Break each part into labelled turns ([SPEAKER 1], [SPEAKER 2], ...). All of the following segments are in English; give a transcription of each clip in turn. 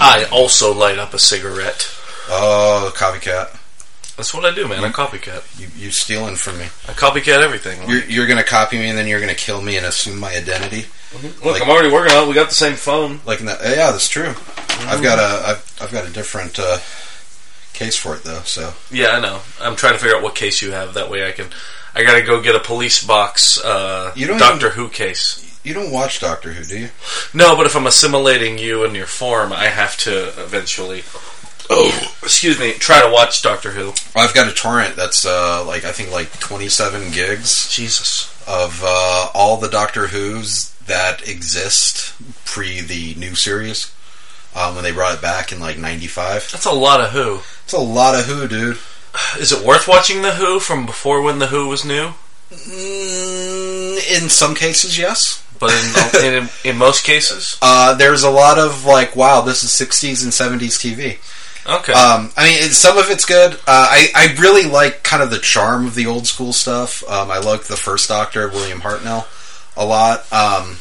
[SPEAKER 1] I also light up a cigarette.
[SPEAKER 2] Oh, copycat.
[SPEAKER 1] That's what I do, man. I copycat.
[SPEAKER 2] You, you're stealing from me.
[SPEAKER 1] I copycat everything.
[SPEAKER 2] You're, you're going to copy me and then you're going to kill me and assume my identity.
[SPEAKER 1] Look,
[SPEAKER 2] like-
[SPEAKER 1] I'm already working on it. We got the same phone.
[SPEAKER 2] Like in that, yeah, that's true. I've got a I've, I've got a different uh, case for it though. So
[SPEAKER 1] Yeah, I know. I'm trying to figure out what case you have. That way I can. I gotta go get a police box uh,
[SPEAKER 2] You don't
[SPEAKER 1] Doctor Who case.
[SPEAKER 2] you don't watch Doctor Who, do you?
[SPEAKER 1] No, but if I'm assimilating you and your form, I have to eventually. Oh, excuse me. Try to watch Doctor Who.
[SPEAKER 2] I've got a torrent that's uh, like I think like 27 gigs
[SPEAKER 1] Jesus.
[SPEAKER 2] of uh, all the Doctor Who's that exist pre the new series um, when they brought it back in like '95.
[SPEAKER 1] That's a lot of Who.
[SPEAKER 2] It's a lot of Who, dude.
[SPEAKER 1] Is it worth watching The Who from before when The Who was new?
[SPEAKER 2] Mm, in some cases, yes.
[SPEAKER 1] But in, in, in most cases?
[SPEAKER 2] Uh, there's a lot of like, wow, this is 60s and 70s TV.
[SPEAKER 1] Okay.
[SPEAKER 2] Um, I mean, it- some of it's good. Uh, I, I really like kind of the charm of the old school stuff. Um, I like the first Doctor, William Hartnell, a lot. Um,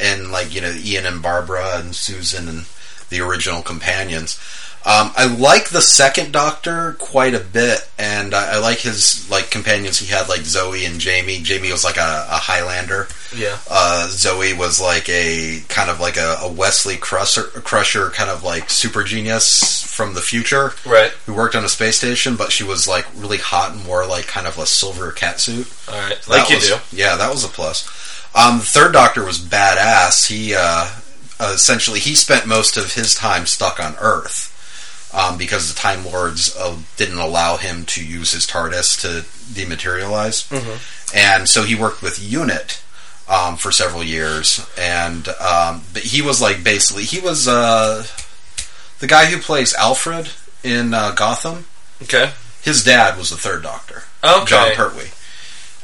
[SPEAKER 2] and like, you know, Ian and Barbara and Susan and the original companions. Um, I like the second Doctor quite a bit, and I, I like his like companions he had, like Zoe and Jamie. Jamie was like a, a Highlander.
[SPEAKER 1] yeah.
[SPEAKER 2] Uh, Zoe was like a kind of like a, a Wesley Crusher, Crusher kind of like super genius from the future
[SPEAKER 1] Right.
[SPEAKER 2] who worked on a space station, but she was like really hot and wore like kind of a silver catsuit.
[SPEAKER 1] All right. Like
[SPEAKER 2] That
[SPEAKER 1] you
[SPEAKER 2] was-
[SPEAKER 1] do.
[SPEAKER 2] Yeah, that was a plus. Um, the third Doctor was badass. He uh, essentially he spent most of his time stuck on Earth um, because the Time Lords uh, didn't allow him to use his TARDIS to dematerialize,
[SPEAKER 1] Mm-hmm.
[SPEAKER 2] and so he worked with UNIT. Um, for several years, and um, but he was like basically he was uh, the guy who plays Alfred in uh, Gotham.
[SPEAKER 1] Okay.
[SPEAKER 2] His dad was the third Doctor.
[SPEAKER 1] Okay.
[SPEAKER 2] John Pertwee.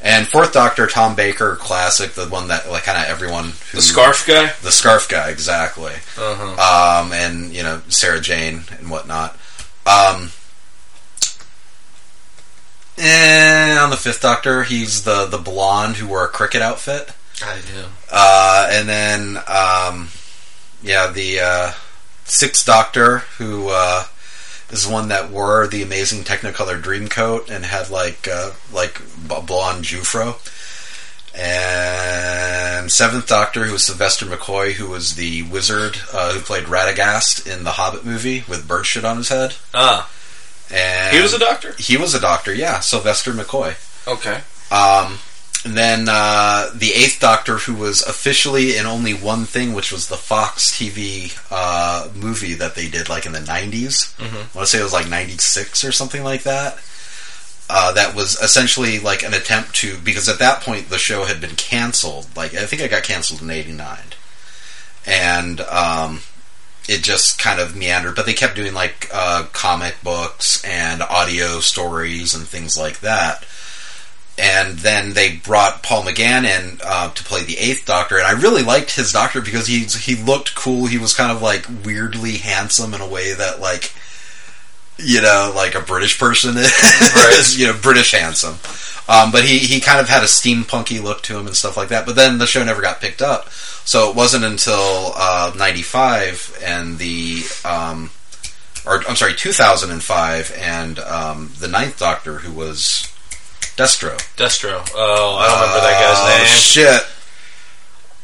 [SPEAKER 2] And fourth Doctor, Tom Baker, classic, the one that like kind of everyone who,
[SPEAKER 1] the scarf guy?
[SPEAKER 2] the scarf guy, exactly.
[SPEAKER 1] Uh huh.
[SPEAKER 2] Um, and you know Sarah Jane and whatnot. Um, and on the fifth Doctor, he's the the blonde who wore a cricket outfit.
[SPEAKER 1] I do.
[SPEAKER 2] Uh, and then, um, yeah, the uh, sixth Doctor, who uh, is one that wore the amazing Technicolor Dreamcoat and had like uh, like b- blonde Jufro. And seventh Doctor, who was Sylvester McCoy, who was the wizard uh, who played Radagast in the Hobbit movie with bird shit on his head.
[SPEAKER 1] Ah.
[SPEAKER 2] And
[SPEAKER 1] He was a doctor?
[SPEAKER 2] he was a doctor, yeah, Sylvester McCoy.
[SPEAKER 1] Okay.
[SPEAKER 2] Um, and then uh, the Eighth Doctor, who was officially in only one thing, which was the Fox TV uh, movie that they did like in the 90s. I want to say it was like 96 or something like that. Uh, that was essentially like an attempt to, because at that point the show had been canceled. Like, I think it got canceled in 89. And um, it just kind of meandered, but they kept doing like uh, comic books and audio stories and things like that and then they brought Paul McGann in uh, to play the Eighth Doctor, and I really liked his Doctor because he he looked cool. He was kind of like weirdly handsome in a way that like you know like a British person is,
[SPEAKER 1] Right.
[SPEAKER 2] you know British handsome. Um, but he he kind of had a steampunky look to him and stuff like that. But then the show never got picked up, so it wasn't until uh, '95 and the um, or I'm sorry 2005 and um, the Ninth Doctor who was Destro.
[SPEAKER 1] Destro. Oh, I don't remember that
[SPEAKER 2] Oh,
[SPEAKER 1] guy's name.
[SPEAKER 2] Shit.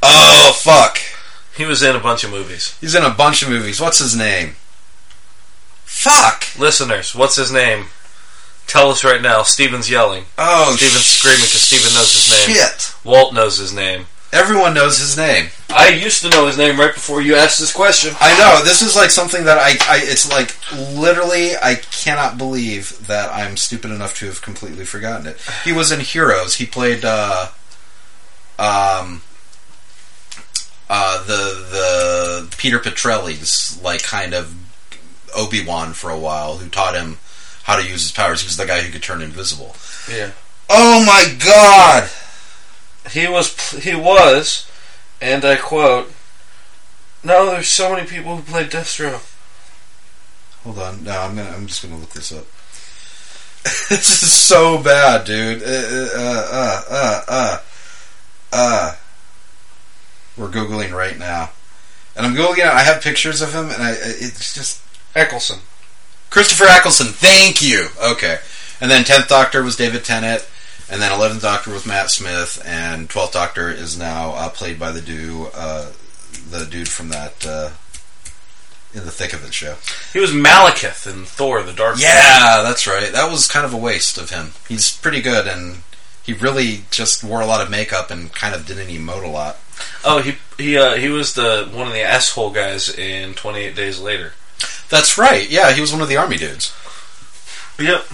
[SPEAKER 2] Oh fuck.
[SPEAKER 1] he was in a bunch of movies.
[SPEAKER 2] He's in a bunch of movies. What's his name? Fuck.
[SPEAKER 1] Listeners, what's his name? Tell us right now. Steven's yelling.
[SPEAKER 2] Oh.
[SPEAKER 1] Steven's screaming 'cause Steven knows his name.
[SPEAKER 2] Shit.
[SPEAKER 1] Walt knows his name.
[SPEAKER 2] Everyone knows his name.
[SPEAKER 1] I used to know his name right before you asked this question.
[SPEAKER 2] I know. This is like something that I, I. It's like literally. I cannot believe that I'm stupid enough to have completely forgotten it. He was in Heroes. He played. uh Um. Uh, the the Peter Petrelli's like kind of Obi Wan for a while, who taught him how to use his powers. He was the guy who could turn invisible.
[SPEAKER 1] Yeah.
[SPEAKER 2] Oh my god!
[SPEAKER 1] he was pl- he was, and I quote. No, there's so many people who played Destro.
[SPEAKER 2] Hold on, no, I'm gonna. I'm just gonna look this up. this is so bad, dude. Uh, uh, uh, uh, uh, uh. We're googling right now. And I'm googling. it. I have pictures of him, and I it's just
[SPEAKER 3] Eccleston.
[SPEAKER 2] Christopher Eccleston. Thank you. Okay. And then tenth Doctor was David Tennant, and then eleventh Doctor was Matt Smith, and twelfth Doctor is now uh, played by the dude, uh, the dude from that uh, in the thick of it show.
[SPEAKER 1] He was Malekith in Thor: The Dark.
[SPEAKER 2] Yeah, that's right. That was kind of a waste of him. He's pretty good, and he really just wore a lot of makeup and kind of didn't emote a lot.
[SPEAKER 1] Oh, he he uh, he was the one of the asshole guys in Twenty Eight Days Later.
[SPEAKER 2] That's right. Yeah, he was one of the army dudes.
[SPEAKER 1] Yep.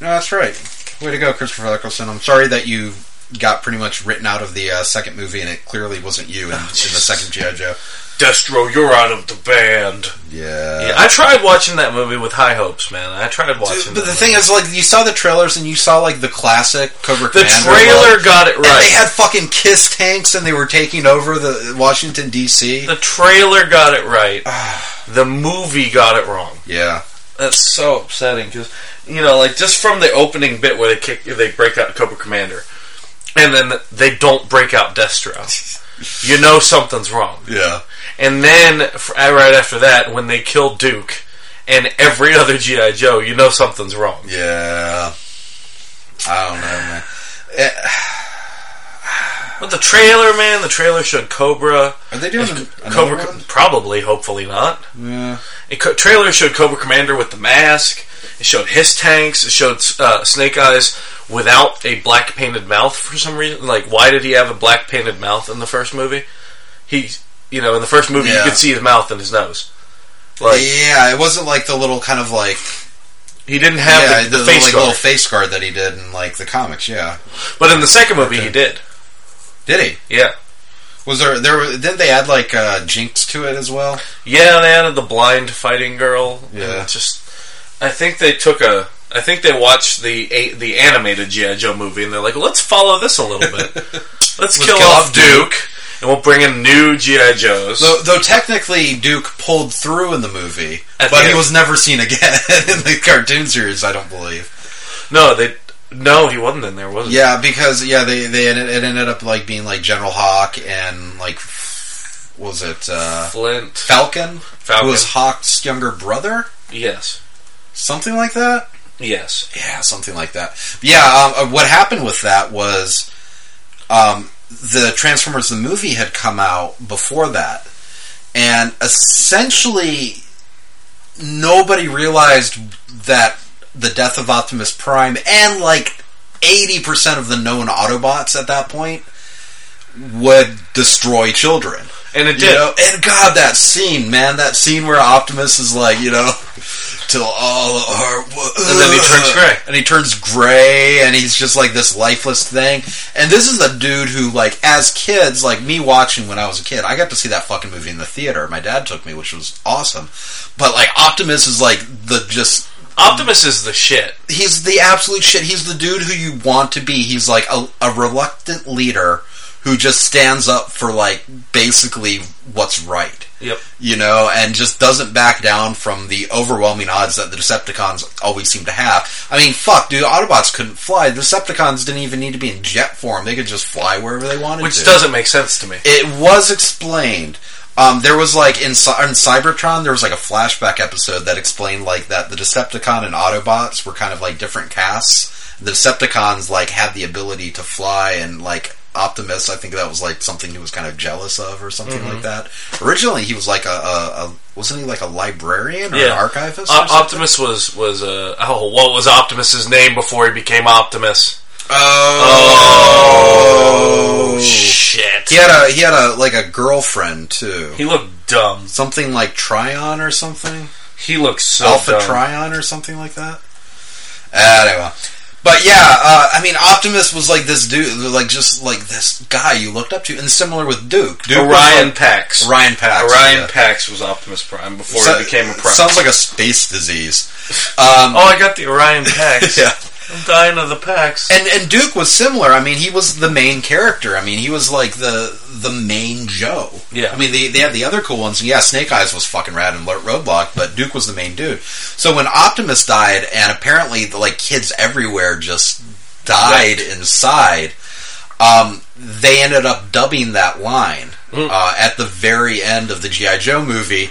[SPEAKER 2] No, that's right. Way to go, Christopher Eccleston. I'm sorry that you got pretty much written out of the uh, second movie, and it clearly wasn't you in, in the second GI Joe.
[SPEAKER 1] Destro, you're out of the band.
[SPEAKER 2] Yeah.
[SPEAKER 1] Yeah, I tried watching that movie with high hopes, man. I tried watching.
[SPEAKER 2] but
[SPEAKER 1] that
[SPEAKER 2] the thing
[SPEAKER 1] movie.
[SPEAKER 2] is, like, you saw the trailers and you saw like the classic Cobra
[SPEAKER 1] the
[SPEAKER 2] Commander
[SPEAKER 1] trailer
[SPEAKER 2] look,
[SPEAKER 1] got it
[SPEAKER 2] and they
[SPEAKER 1] right.
[SPEAKER 2] had fucking kiss tanks, and they were taking over the Washington D.C.
[SPEAKER 1] The trailer got it right. the movie got it wrong.
[SPEAKER 2] yeah,
[SPEAKER 1] That's so upsetting because you know, like just from the opening bit where they kick, they break out Cobra Commander, and then they don't break out Destro. you know something's wrong.
[SPEAKER 2] yeah.
[SPEAKER 1] And then f- uh, right after that, when they kill Duke and every other GI Joe, you know something's wrong.
[SPEAKER 2] Yeah. I don't know, man.
[SPEAKER 1] But the trailer, man, the trailer showed Cobra.
[SPEAKER 2] Are they doing another
[SPEAKER 1] Cobra,
[SPEAKER 2] one?
[SPEAKER 1] probably, hopefully not.
[SPEAKER 2] Yeah.
[SPEAKER 1] It co- trailer showed Cobra Commander with the mask. It showed his tanks. It showed uh, Snake Eyes without a black painted mouth for some reason. Like, why did he have a black painted mouth in the first movie? He, you know, in the first movie,
[SPEAKER 2] Yeah.
[SPEAKER 1] you could see his mouth and his nose. Like,
[SPEAKER 2] yeah, it wasn't like the little kind of like
[SPEAKER 1] he didn't have
[SPEAKER 2] yeah,
[SPEAKER 1] the, the face
[SPEAKER 2] like,
[SPEAKER 1] guard.
[SPEAKER 2] little face guard that he did in like the comics. Yeah,
[SPEAKER 1] But in the second movie, he did.
[SPEAKER 2] did he?
[SPEAKER 1] Yeah.
[SPEAKER 2] Was there there? were- Didn't they add like uh, Jinx to it as well?
[SPEAKER 1] Yeah, they added the blind fighting girl. and
[SPEAKER 2] Yeah.
[SPEAKER 1] it just I think they took a. I think they watched the a, the animated GI Joe movie and they're like, let's follow this a little bit. Let's kill,
[SPEAKER 2] kill
[SPEAKER 1] off
[SPEAKER 2] off
[SPEAKER 1] Duke, and we'll bring in new GI Joes.
[SPEAKER 2] Though, though technically Duke pulled through in the movie,
[SPEAKER 1] At
[SPEAKER 2] but
[SPEAKER 1] the
[SPEAKER 2] he
[SPEAKER 1] end.
[SPEAKER 2] was never seen again in the cartoon series. I don't believe.
[SPEAKER 1] no, they no, he wasn't in there, was he?
[SPEAKER 2] Yeah, because yeah, they they it ended up like being like General Hawk and like what was it uh,
[SPEAKER 1] Flint.
[SPEAKER 2] Falcon?
[SPEAKER 1] Falcon.
[SPEAKER 2] who was Hawk's younger brother,
[SPEAKER 1] Yes,
[SPEAKER 2] something like that.
[SPEAKER 1] yes.
[SPEAKER 2] Yeah, something like that. But yeah, um, uh, what happened with that was um, the Transformers the movie had come out before that, and essentially nobody realized that the death of Optimus Prime and like eighty percent of the known Autobots at that point would destroy children.
[SPEAKER 1] And it
[SPEAKER 2] You
[SPEAKER 1] did.
[SPEAKER 2] know, and God, that scene, man, that scene where Optimus is like, you know, till all are, and
[SPEAKER 1] then he turns gray.
[SPEAKER 2] uh, and he turns gray, and he's just like this lifeless thing. And this is a dude who, like, as kids, like me watching when I was a kid, I got to see that fucking movie in the theater. My dad took me, which was awesome. But like, Optimus is like the just
[SPEAKER 1] Optimus is the shit.
[SPEAKER 2] he's the absolute shit. He's the dude who you want to be. He's like a, a reluctant leader who just stands up for like basically what's right.
[SPEAKER 1] Yep.
[SPEAKER 2] You know, and just doesn't back down from the overwhelming odds that the Decepticons always seem to have. I mean, fuck, dude, Autobots couldn't fly. The Decepticons didn't even need to be in jet form. They could just fly wherever they wanted to.
[SPEAKER 1] Which doesn't make sense to me.
[SPEAKER 2] It was explained. Um, there was like in, Cy- in Cybertron, there was like a flashback episode that explained like that the Decepticon and Autobots were kind of like different casts. The Decepticons like had the ability to fly, and like Optimus, I think that was like something he was kind of jealous of or something like that.
[SPEAKER 1] Mm-hmm.
[SPEAKER 2] Originally, he was like a, a, a wasn't he like a librarian or
[SPEAKER 1] Yeah.
[SPEAKER 2] an archivist?
[SPEAKER 1] O-
[SPEAKER 2] or something?
[SPEAKER 1] Optimus was was uh, oh, what was Optimus's name before he became Optimus?
[SPEAKER 2] oh,
[SPEAKER 1] Shit.
[SPEAKER 2] he had a he had a like a girlfriend too.
[SPEAKER 1] He looked dumb.
[SPEAKER 2] Something like Tryon or something.
[SPEAKER 1] He looks so
[SPEAKER 2] Alpha
[SPEAKER 1] dumb.
[SPEAKER 2] Trion or something like that. Anyway, but yeah, uh, I mean, Optimus was like this dude, like just like this guy you looked up to, and similar with Duke. Duke was
[SPEAKER 1] Orion
[SPEAKER 2] like-
[SPEAKER 1] Pax.
[SPEAKER 2] Orion Pax.
[SPEAKER 1] Orion
[SPEAKER 2] yeah.
[SPEAKER 1] Pax was Optimus Prime before
[SPEAKER 2] So-
[SPEAKER 1] he became a Prime.
[SPEAKER 2] Sounds like a space disease. Um,
[SPEAKER 1] oh, I got the Orion Pax.
[SPEAKER 2] yeah.
[SPEAKER 1] I'm dying of the Pax.
[SPEAKER 2] And and Duke was similar. I mean, he was the main character. I mean, he was like the the main Joe.
[SPEAKER 1] Yeah.
[SPEAKER 2] I mean, they, they had the other cool ones. Yeah, Snake Eyes was fucking rad and Lo- Roadblock, but Duke was the main dude. So when Optimus died, and apparently the, like kids everywhere just died inside, um, they ended up dubbing that line Uh, at the very end of the GI Joe movie,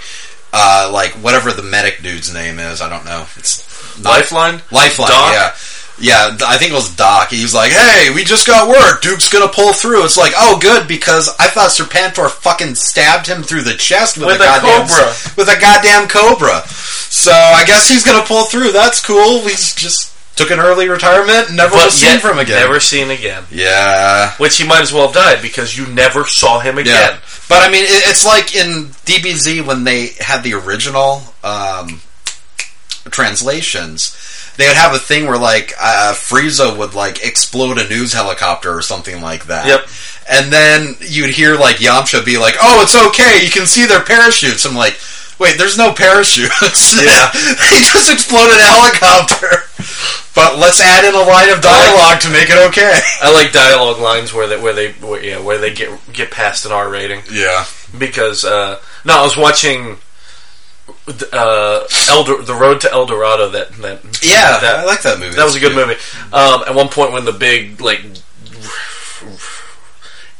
[SPEAKER 2] uh, like whatever the medic dude's name is, I don't know. It's not-
[SPEAKER 1] Lifeline?
[SPEAKER 2] Lifeline,
[SPEAKER 1] Doc?
[SPEAKER 2] yeah. Yeah, th- I think it was Doc. He was like, hey, we just got word. Duke's gonna pull through. It's like, oh, good, because I thought Serpentor fucking stabbed him through the chest with,
[SPEAKER 1] With
[SPEAKER 2] a,
[SPEAKER 1] a
[SPEAKER 2] goddamn
[SPEAKER 1] cobra.
[SPEAKER 2] With a goddamn cobra. So I guess he's gonna pull through. That's cool. He's just took an early retirement and never
[SPEAKER 1] But
[SPEAKER 2] was seen
[SPEAKER 1] yet
[SPEAKER 2] from again.
[SPEAKER 1] Never seen again.
[SPEAKER 2] Yeah.
[SPEAKER 1] Which he might as well have died because you never saw him
[SPEAKER 2] Yeah.
[SPEAKER 1] again.
[SPEAKER 2] But I mean, it, it's like in DBZ when they had the original um, translations, they would have a thing where like uh, Frieza would like explode a news helicopter or something like that.
[SPEAKER 1] Yep.
[SPEAKER 2] And then you'd hear like Yamcha be like, "Oh, it's okay. You can see their parachutes." I'm like. Wait, there's no parachutes.
[SPEAKER 1] Yeah.
[SPEAKER 2] he just exploded a helicopter. But let's add in a line of dialogue to make it okay.
[SPEAKER 1] I like dialogue lines where they where they where, yeah where they get get past an R rating
[SPEAKER 2] Yeah.
[SPEAKER 1] because uh, no I was watching uh, Elder the Road to El Dorado that that
[SPEAKER 2] Yeah,
[SPEAKER 1] that,
[SPEAKER 2] I like that movie.
[SPEAKER 1] that was a good movie. Um, at one point when the big like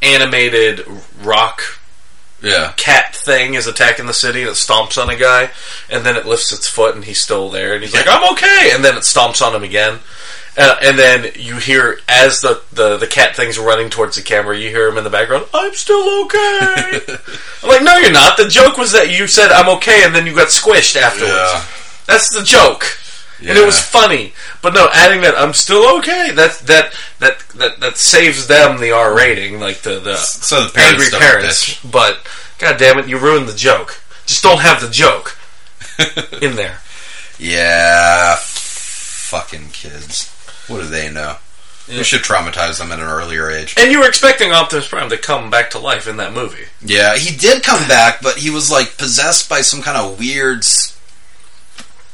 [SPEAKER 1] animated rock
[SPEAKER 2] Yeah.
[SPEAKER 1] cat thing is attacking the city and it stomps on a guy and then it lifts its foot and he's still there and he's like i'm okay and then it stomps on him again uh, and then you hear as the, the the cat thing's running towards the camera you hear him in the background i'm still okay i'm like no you're not the joke was that you said i'm okay and then you got squished afterwards
[SPEAKER 2] Yeah.
[SPEAKER 1] that's the joke and it was funny but no adding that i'm still okay that that that that, that saves them the r rating like the the
[SPEAKER 2] so the parents
[SPEAKER 1] angry
[SPEAKER 2] don't
[SPEAKER 1] parents, but god damn it, you ruined the joke. Just don't have the joke
[SPEAKER 2] bitch.
[SPEAKER 1] in there.
[SPEAKER 2] yeah, f- fucking kids. What do they know?
[SPEAKER 1] Yeah.
[SPEAKER 2] We should traumatize them at an earlier age.
[SPEAKER 1] And you were expecting Optimus Prime to come back to life in that movie.
[SPEAKER 2] Yeah, he did come back, but he was like possessed by some kind of weird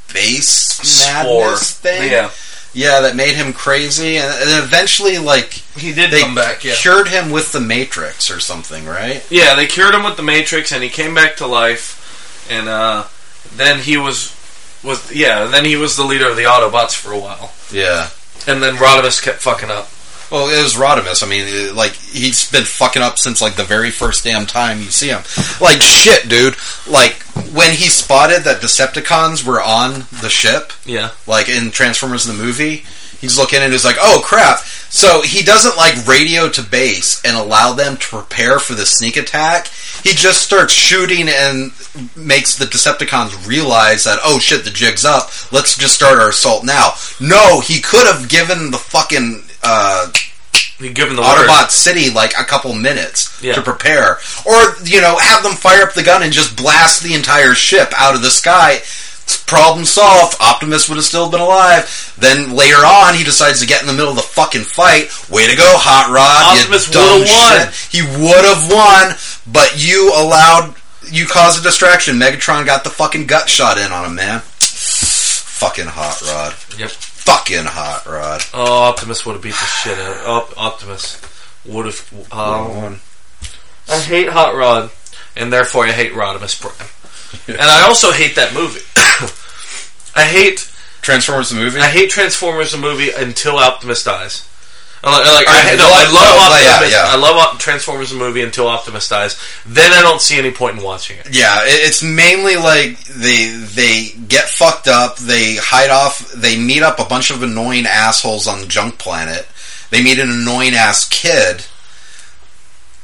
[SPEAKER 2] space madness thing.
[SPEAKER 1] Yeah.
[SPEAKER 2] Yeah, that made him crazy, and, and eventually, like
[SPEAKER 1] He did
[SPEAKER 2] they
[SPEAKER 1] come back, yeah.
[SPEAKER 2] cured him with the Matrix or something, right?
[SPEAKER 1] Yeah, they cured him with the Matrix and he came back to life and uh then he was was yeah, and then he was the leader of the Autobots for a while.
[SPEAKER 2] Yeah.
[SPEAKER 1] And then Rodimus kept fucking up.
[SPEAKER 2] Well, it was Rodimus. I mean, it- like he's been fucking up since like the very first damn time you see him. Like shit, dude. Like when he spotted that Decepticons were on the ship,
[SPEAKER 1] Yeah.
[SPEAKER 2] like in Transformers the movie, he's looking and he's like, "Oh crap!" So he doesn't like radio to base and allow them to prepare for the sneak attack. He just starts shooting and makes the Decepticons realize that, "Oh shit, the jig's up. Let's just start our assault now." No, he could have given the fucking. Uh,
[SPEAKER 1] He given the word.
[SPEAKER 2] Autobot City like a couple minutes
[SPEAKER 1] Yeah.
[SPEAKER 2] to prepare, or you know, have them fire up the gun and just blast the entire ship out of the sky. It's problem solved. Optimus would have still been alive. Then later on, he decides to get in the middle of the fucking fight. Way to go, Hot Rod! you
[SPEAKER 1] Optimus
[SPEAKER 2] dumb
[SPEAKER 1] would've won.
[SPEAKER 2] shit. He would have won, but you allowed you caused a distraction. Megatron got the fucking gut shot in on him, man. Fucking Hot Rod.
[SPEAKER 1] Yep.
[SPEAKER 2] Fucking Hot Rod.
[SPEAKER 1] Oh, Optimus would have beat the shit out. Op- Optimus would have. Oh, I hate Hot Rod, and therefore I hate Rodimus Prime. and I also hate that movie. I hate
[SPEAKER 2] Transformers the movie.
[SPEAKER 1] I hate Transformers the movie until Optimus dies. I li- I like, I,
[SPEAKER 2] I-
[SPEAKER 1] no, I
[SPEAKER 2] well,
[SPEAKER 1] love
[SPEAKER 2] well, yeah,
[SPEAKER 1] Optimus.
[SPEAKER 2] yeah.
[SPEAKER 1] I love Op- Transformers the movie until Optimus dies. Then I don't see any point in watching it.
[SPEAKER 2] Yeah, it- it's mainly like they they get fucked up, they hide off, they meet up a bunch of annoying assholes on the junk planet. They meet an annoying ass kid.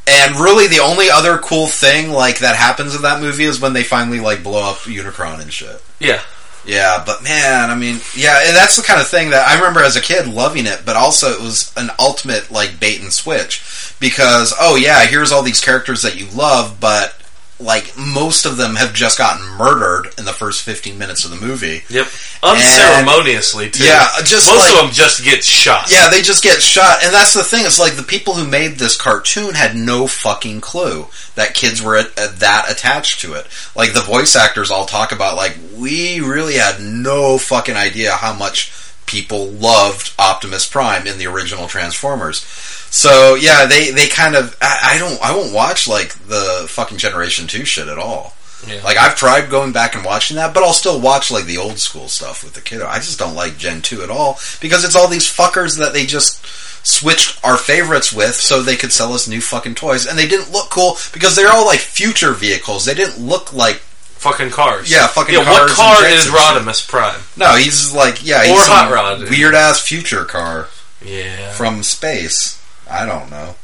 [SPEAKER 2] And really the only other cool thing like that happens in that movie is when they finally like blow up Unicron and shit.
[SPEAKER 1] Yeah,
[SPEAKER 2] Yeah, but man, I mean, yeah, and that's the kind of thing that I remember as a kid loving it, but also it was an ultimate like bait and switch because oh yeah, here's all these characters that you love, but like most of them have just gotten murdered in the first 15 minutes of the movie.
[SPEAKER 1] yep. Unceremoniously too.
[SPEAKER 2] Yeah, just
[SPEAKER 1] most
[SPEAKER 2] like-
[SPEAKER 1] of them just get shot.
[SPEAKER 2] Yeah, they just get shot, and that's the thing. It's like the people who made this cartoon had no fucking clue that kids were at, at that attached to it. Like the voice actors all talk about, like we really had no fucking idea how much people loved Optimus Prime in the original Transformers. So yeah, they they kind of I, I don't I won't watch like the fucking Generation Two shit at all.
[SPEAKER 1] Yeah.
[SPEAKER 2] Like I've tried going back and watching that, but I'll still watch like the old school stuff with the kiddo. I just don't like Gen two at all because it's all these fuckers that they just switched our favorites with so they could sell us new fucking toys. And they didn't look cool because they're all like future vehicles. They didn't look like
[SPEAKER 1] Fucking cars.
[SPEAKER 2] yeah, fucking
[SPEAKER 1] Yeah,
[SPEAKER 2] cars
[SPEAKER 1] what
[SPEAKER 2] and
[SPEAKER 1] car
[SPEAKER 2] jets
[SPEAKER 1] is
[SPEAKER 2] and shit.
[SPEAKER 1] Rodimus Prime?
[SPEAKER 2] No, he's like yeah,
[SPEAKER 1] Or
[SPEAKER 2] he's some
[SPEAKER 1] Hot Rod.
[SPEAKER 2] weird ass future car
[SPEAKER 1] Yeah.
[SPEAKER 2] from space. I don't know.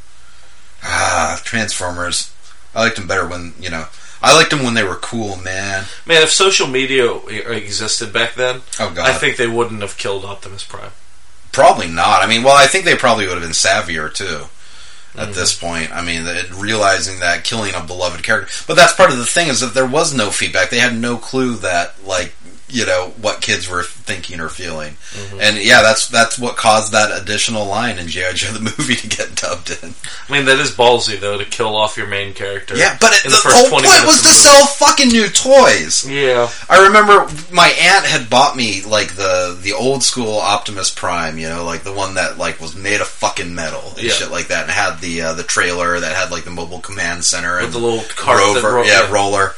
[SPEAKER 2] Ah, Transformers. I liked them better when you know. I liked them when they were cool, man.
[SPEAKER 1] Man, if social media e- existed back then,
[SPEAKER 2] Oh god,
[SPEAKER 1] I think they wouldn't have killed Optimus Prime.
[SPEAKER 2] probably not. I mean, well, I think they probably would have been savvier too. At this point, I mean, that- realizing that killing a beloved character, but that's part of the thing is that there was no feedback. They had no clue that, like, you know, what kids were thinking or feeling, and yeah, that's that's what caused that additional line in GI Joe the movie to get dubbed in.
[SPEAKER 1] I mean, that is ballsy though to kill off your main character.
[SPEAKER 2] Yeah, but it,
[SPEAKER 1] in
[SPEAKER 2] the, whole point was to sell fucking new toys.
[SPEAKER 1] Yeah.
[SPEAKER 2] I remember my aunt had bought me like the the old school Optimus Prime, you know, like the one that like was made of fucking metal and
[SPEAKER 1] Yeah.
[SPEAKER 2] shit like that, and had the uh, the trailer that had like the mobile command center and
[SPEAKER 1] With the little cart that
[SPEAKER 2] rover,
[SPEAKER 1] ro-
[SPEAKER 2] yeah,
[SPEAKER 1] yeah.
[SPEAKER 2] roller.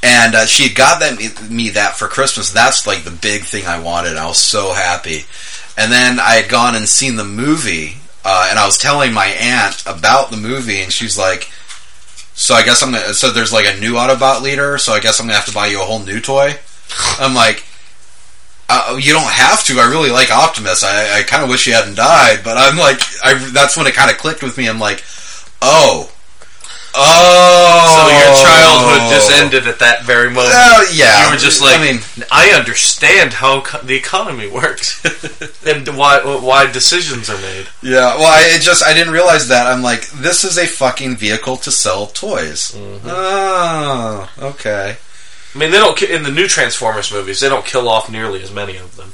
[SPEAKER 2] And uh, she had got that me, me that for Christmas. That's like the big thing I wanted. I was so happy. And then I had gone and seen the movie, uh, and I was telling my aunt about the movie, and she's like, "So I guess I'm gonna." So there's like a new Autobot leader. So I guess I'm gonna have to buy you a whole new toy. I'm like, uh, you don't have to. I really like Optimus. I, I kind of wish he hadn't died, but I'm like, I, that's when it kind of clicked with me. I'm like, oh,
[SPEAKER 1] So
[SPEAKER 2] oh.
[SPEAKER 1] your childhood just ended at that very moment.
[SPEAKER 2] Uh, yeah,
[SPEAKER 1] You were just like,
[SPEAKER 2] I mean,
[SPEAKER 1] I understand how co- the economy works and why why decisions are made.
[SPEAKER 2] yeah. Well, I it just I didn't realize that. I'm like, this is a fucking vehicle to sell toys. Oh, okay.
[SPEAKER 1] I mean, they don't ki- in the new Transformers movies. They don't kill off nearly as many of them,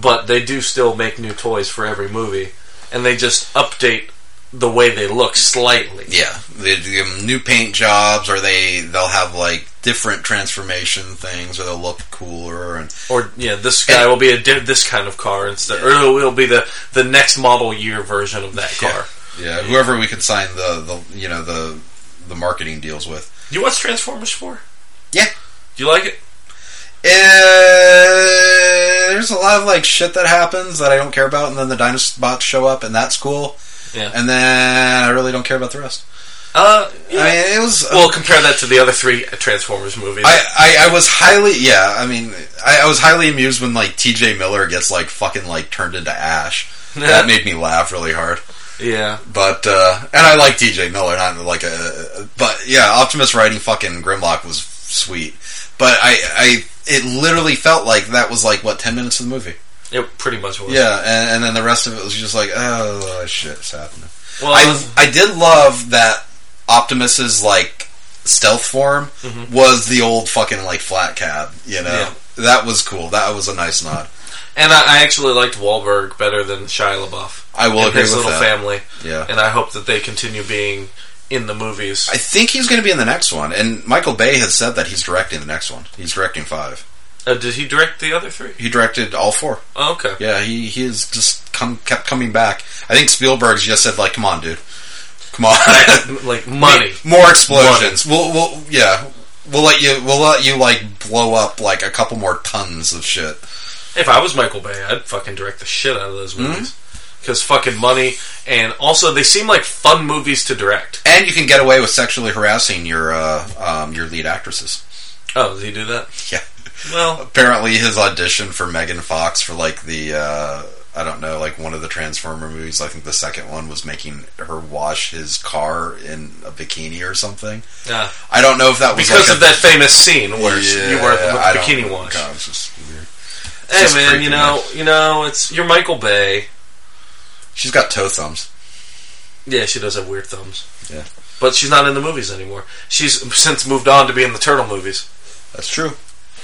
[SPEAKER 1] but they do still make new toys for every movie, and they just update the way they look slightly.
[SPEAKER 2] Yeah, they give 'em new paint jobs, or they they'll have like different transformation things, or they'll look cooler and.
[SPEAKER 1] Or yeah, this guy will be a di- this kind of car instead, or it will be the the next model year version of that car.
[SPEAKER 2] Yeah, whoever we could sign the, the you know the the marketing deals with.
[SPEAKER 1] You watch Transformers four?
[SPEAKER 2] Yeah.
[SPEAKER 1] Do you like it?
[SPEAKER 2] Uh, Eh, there's a lot of like shit that happens that I don't care about, and then the Dinobots show up, and that's cool.
[SPEAKER 1] Yeah.
[SPEAKER 2] And then I really don't care about the rest.
[SPEAKER 1] Uh, yeah.
[SPEAKER 2] I mean, it was.
[SPEAKER 1] well, compare that to the other three Transformers movies.
[SPEAKER 2] I, I, I was highly yeah I mean I, I was highly amused when like T.J. Miller gets like fucking like turned into ash that made me laugh really hard
[SPEAKER 1] yeah,
[SPEAKER 2] But uh, and I like DJ Miller, not like a. But yeah, Optimus riding fucking Grimlock was sweet. But I, I, it literally felt like that was like what ten minutes of the movie.
[SPEAKER 1] it pretty much was.
[SPEAKER 2] Yeah, and, and then the rest of it was just like, oh shit, it's happening.
[SPEAKER 1] Well,
[SPEAKER 2] I, I did love that Optimus's like stealth form was the old fucking like flat cab. You know,
[SPEAKER 1] Mm-hmm. Yeah.
[SPEAKER 2] that was cool. That was a nice nod.
[SPEAKER 1] and I, I actually liked Wahlberg better than Shia LaBeouf.
[SPEAKER 2] I will
[SPEAKER 1] and
[SPEAKER 2] agree
[SPEAKER 1] his
[SPEAKER 2] with
[SPEAKER 1] little
[SPEAKER 2] that.
[SPEAKER 1] family,
[SPEAKER 2] Yeah.
[SPEAKER 1] and I hope that they continue being in the movies.
[SPEAKER 2] I think he's going to be in the next one, and Michael Bay has said that he's directing the next one. He's directing five.
[SPEAKER 1] Uh, did he direct the other three?
[SPEAKER 2] He directed all four.
[SPEAKER 1] Oh, okay.
[SPEAKER 2] Yeah, he he has just come kept coming back. I think Spielberg's just said like, "Come on, dude, come on,
[SPEAKER 1] like money.
[SPEAKER 2] more explosions." We'll we'll yeah, we'll let you we'll let you like blow up like a couple more tons of shit.
[SPEAKER 1] If I was Michael Bay, I'd fucking direct the shit out of those movies. Because fucking money, and also they seem like fun movies to direct.
[SPEAKER 2] And you can get away with sexually harassing your uh, um, your lead actresses.
[SPEAKER 1] Oh, did he do that?
[SPEAKER 2] Yeah.
[SPEAKER 1] Well,
[SPEAKER 2] Apparently, his audition for Megan Fox for like the uh, I don't know, like one of the Transformer movies. I think the second one was making her wash his car in a bikini or something.
[SPEAKER 1] yeah.
[SPEAKER 2] I don't know if that was
[SPEAKER 1] Because
[SPEAKER 2] like
[SPEAKER 1] of
[SPEAKER 2] a-
[SPEAKER 1] that famous scene where
[SPEAKER 2] Yeah,
[SPEAKER 1] you were with
[SPEAKER 2] I
[SPEAKER 1] the
[SPEAKER 2] don't-
[SPEAKER 1] bikini wash.
[SPEAKER 2] God, it's just weird.
[SPEAKER 1] Hey
[SPEAKER 2] Just
[SPEAKER 1] man,
[SPEAKER 2] freaking
[SPEAKER 1] you know, you know, it's you're Michael Bay.
[SPEAKER 2] She's got toe thumbs.
[SPEAKER 1] Yeah, she does have weird thumbs.
[SPEAKER 2] Yeah.
[SPEAKER 1] But she's not in the movies anymore. She's since moved on to be in the Turtle movies.
[SPEAKER 2] That's true.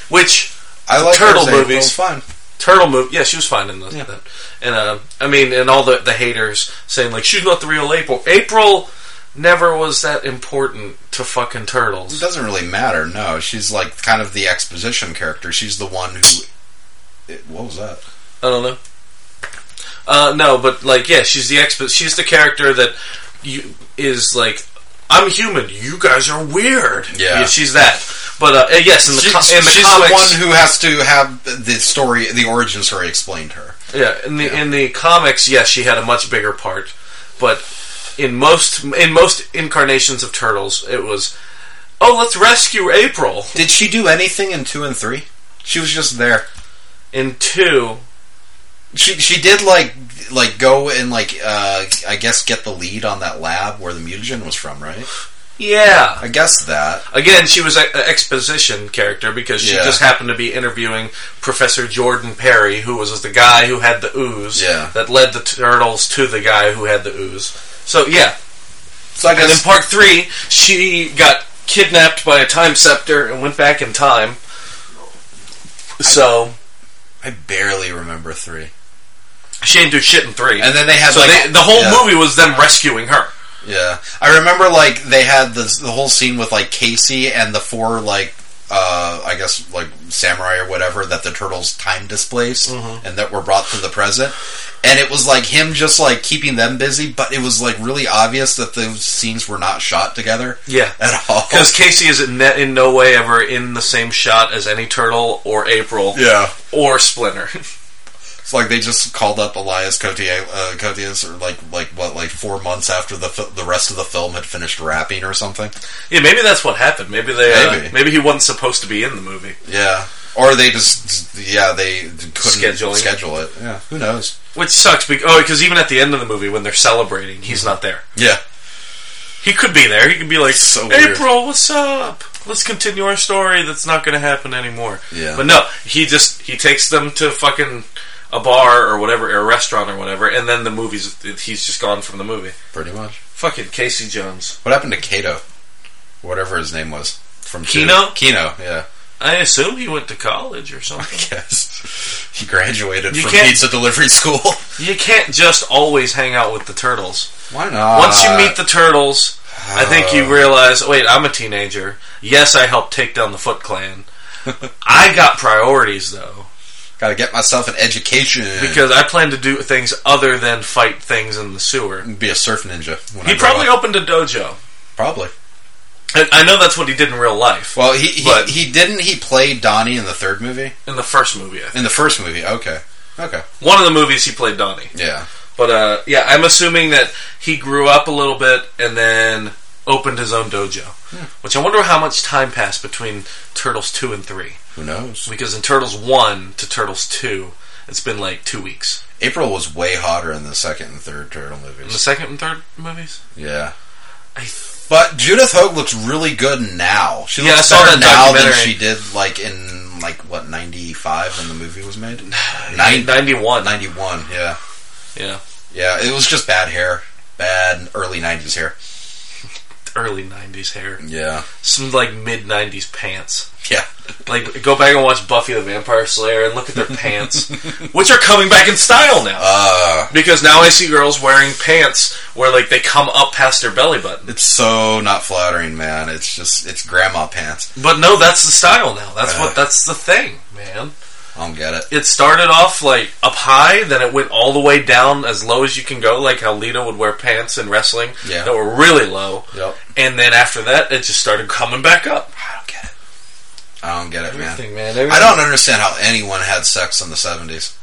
[SPEAKER 1] Which
[SPEAKER 2] I like "Oh,
[SPEAKER 1] turtle
[SPEAKER 2] Jose.
[SPEAKER 1] movies.
[SPEAKER 2] It's fun.
[SPEAKER 1] Turtle movie? Yeah, she was fine in the,
[SPEAKER 2] Yeah.
[SPEAKER 1] that. And uh, I mean, and all the the haters saying like she's not the real April. April never was that important to fucking
[SPEAKER 2] It
[SPEAKER 1] turtles.
[SPEAKER 2] doesn't really matter. No, she's like kind of the exposition character. She's the one who. It, what was that?
[SPEAKER 1] I don't know. Uh, no, but like, yeah, she's the expert. She's the character that you is like. I'm human. You guys are weird.
[SPEAKER 2] Yeah.
[SPEAKER 1] she's that. But uh, uh, yes, in the
[SPEAKER 2] She-
[SPEAKER 1] co- in the
[SPEAKER 2] she's
[SPEAKER 1] comics,
[SPEAKER 2] the one who has to have the story, the origin story, explained to her.
[SPEAKER 1] Yeah, in the in the comics, yes, she had a much bigger part, but in most in most incarnations of Turtles, it was, oh, let's rescue April.
[SPEAKER 2] Did she do anything in two and three? She was just there.
[SPEAKER 1] In two,
[SPEAKER 2] She she did like like go and like uh, I guess get the lead on that lab where the mutagen was from, right?
[SPEAKER 1] yeah,
[SPEAKER 2] I guess that.
[SPEAKER 1] again, she was an exposition character because she
[SPEAKER 2] Yeah.
[SPEAKER 1] just happened to be interviewing Professor Jordan Perry, who was the guy who had the ooze
[SPEAKER 2] Yeah.
[SPEAKER 1] that led the turtles to the guy who had the ooze. So yeah,
[SPEAKER 2] So I
[SPEAKER 1] and in
[SPEAKER 2] guess
[SPEAKER 1] part three, she got kidnapped by a time scepter and went back in time. So
[SPEAKER 2] I barely remember three.
[SPEAKER 1] she didn't do shit in three.
[SPEAKER 2] And then they had
[SPEAKER 1] so
[SPEAKER 2] like
[SPEAKER 1] they, the whole
[SPEAKER 2] yeah.
[SPEAKER 1] movie was them rescuing her.
[SPEAKER 2] Yeah, I remember like they had the the whole scene with like Casey and the four like uh, I guess like samurai or whatever that the turtles time displaced and that were brought to the present. And it was like him just like keeping them busy, but it was like really obvious that those scenes were not shot together
[SPEAKER 1] Yeah.
[SPEAKER 2] at all.
[SPEAKER 1] Because Casey is in, ne- in no way ever in the same shot as any turtle or April
[SPEAKER 2] Yeah,
[SPEAKER 1] or Splinter.
[SPEAKER 2] it's like they just called up Elias Cotia, uh, Cotias, or like like what like four months after the fi- the rest of the film had finished wrapping or something.
[SPEAKER 1] Yeah, maybe that's what happened. Maybe they. uh,
[SPEAKER 2] Maybe.
[SPEAKER 1] Maybe. he wasn't supposed to be in the movie.
[SPEAKER 2] Yeah. Or they just, yeah, they couldn't
[SPEAKER 1] Scheduling.
[SPEAKER 2] schedule it. Yeah, who knows?
[SPEAKER 1] Which sucks. Because, oh, because even at the end of the movie, when they're celebrating, he's not there.
[SPEAKER 2] Yeah,
[SPEAKER 1] He could be there. He could be like,
[SPEAKER 2] So weird.
[SPEAKER 1] April, what's up? Let's continue our story. That's not going to happen anymore.
[SPEAKER 2] Yeah.
[SPEAKER 1] But no, he just he takes them to fucking a bar or whatever, or a restaurant or whatever, and then the movie's he's just gone from the movie.
[SPEAKER 2] pretty much.
[SPEAKER 1] Fucking Casey Jones.
[SPEAKER 2] What happened to Kato? Whatever his name was from two.
[SPEAKER 1] Kino?
[SPEAKER 2] Kino, yeah.
[SPEAKER 1] I assume he went to college or
[SPEAKER 2] I
[SPEAKER 1] something.
[SPEAKER 2] guess he graduated
[SPEAKER 1] You
[SPEAKER 2] from
[SPEAKER 1] can't-
[SPEAKER 2] pizza delivery school.
[SPEAKER 1] you can't just always hang out with the turtles.
[SPEAKER 2] Why not?
[SPEAKER 1] Once you meet the turtles, I think you realize, wait, I'm a teenager. Yes, I helped take down the Foot Clan. I got priorities though
[SPEAKER 2] gotta get myself an education
[SPEAKER 1] because I plan to do things other than fight things in the sewer.
[SPEAKER 2] and be a surf ninja. When
[SPEAKER 1] He
[SPEAKER 2] I grow
[SPEAKER 1] probably
[SPEAKER 2] up.
[SPEAKER 1] opened a dojo.
[SPEAKER 2] probably.
[SPEAKER 1] And I know that's what he did in real life
[SPEAKER 2] Well, he he,
[SPEAKER 1] But-
[SPEAKER 2] he didn't. He played Donnie in the third movie,
[SPEAKER 1] in the first movie. I think.
[SPEAKER 2] in the first movie. Okay, okay,
[SPEAKER 1] One of the movies he played Donnie.
[SPEAKER 2] yeah,
[SPEAKER 1] But uh, yeah, I'm assuming that he grew up a little bit and then opened his own dojo. Which I wonder how much time passed between Turtles 2 and 3.
[SPEAKER 2] who knows?
[SPEAKER 1] Because in Turtles 1 to Turtles 2, it's been like two weeks.
[SPEAKER 2] April was way hotter in the second and third Turtle
[SPEAKER 1] In the
[SPEAKER 2] movies.
[SPEAKER 1] second and third movies?
[SPEAKER 2] Yeah.
[SPEAKER 1] I th-
[SPEAKER 2] But Judith Hogue looks really good now. She
[SPEAKER 1] Yeah, I
[SPEAKER 2] looks
[SPEAKER 1] saw that
[SPEAKER 2] better now than
[SPEAKER 1] documentary.
[SPEAKER 2] she did like in like what ninety five when the movie was made. 90,
[SPEAKER 1] 91.
[SPEAKER 2] 91, yeah,
[SPEAKER 1] Yeah.
[SPEAKER 2] yeah. It was just bad hair, bad early nineties hair.
[SPEAKER 1] Early 90s hair.
[SPEAKER 2] Yeah,
[SPEAKER 1] Some like mid 90s pants.
[SPEAKER 2] yeah.
[SPEAKER 1] Like, go back and watch Buffy the Vampire Slayer and look at their pants, which are coming back in style now.
[SPEAKER 2] Uh,
[SPEAKER 1] Because now I see girls wearing pants where like they come up past their belly button.
[SPEAKER 2] it's so not flattering, man. It's just it's grandma pants.
[SPEAKER 1] But no, that's the style now. That's
[SPEAKER 2] Uh.
[SPEAKER 1] what, that's the thing, man.
[SPEAKER 2] I don't get it.
[SPEAKER 1] it started off like up high, then it went all the way down as low as you can go, like how Lita would wear pants in wrestling
[SPEAKER 2] Yeah.
[SPEAKER 1] that were really low.
[SPEAKER 2] Yep.
[SPEAKER 1] And then after that, it just started coming back up.
[SPEAKER 2] I don't get it. I don't get it, man.
[SPEAKER 1] Everything, man.
[SPEAKER 2] I don't understand how anyone had sex in the seventies.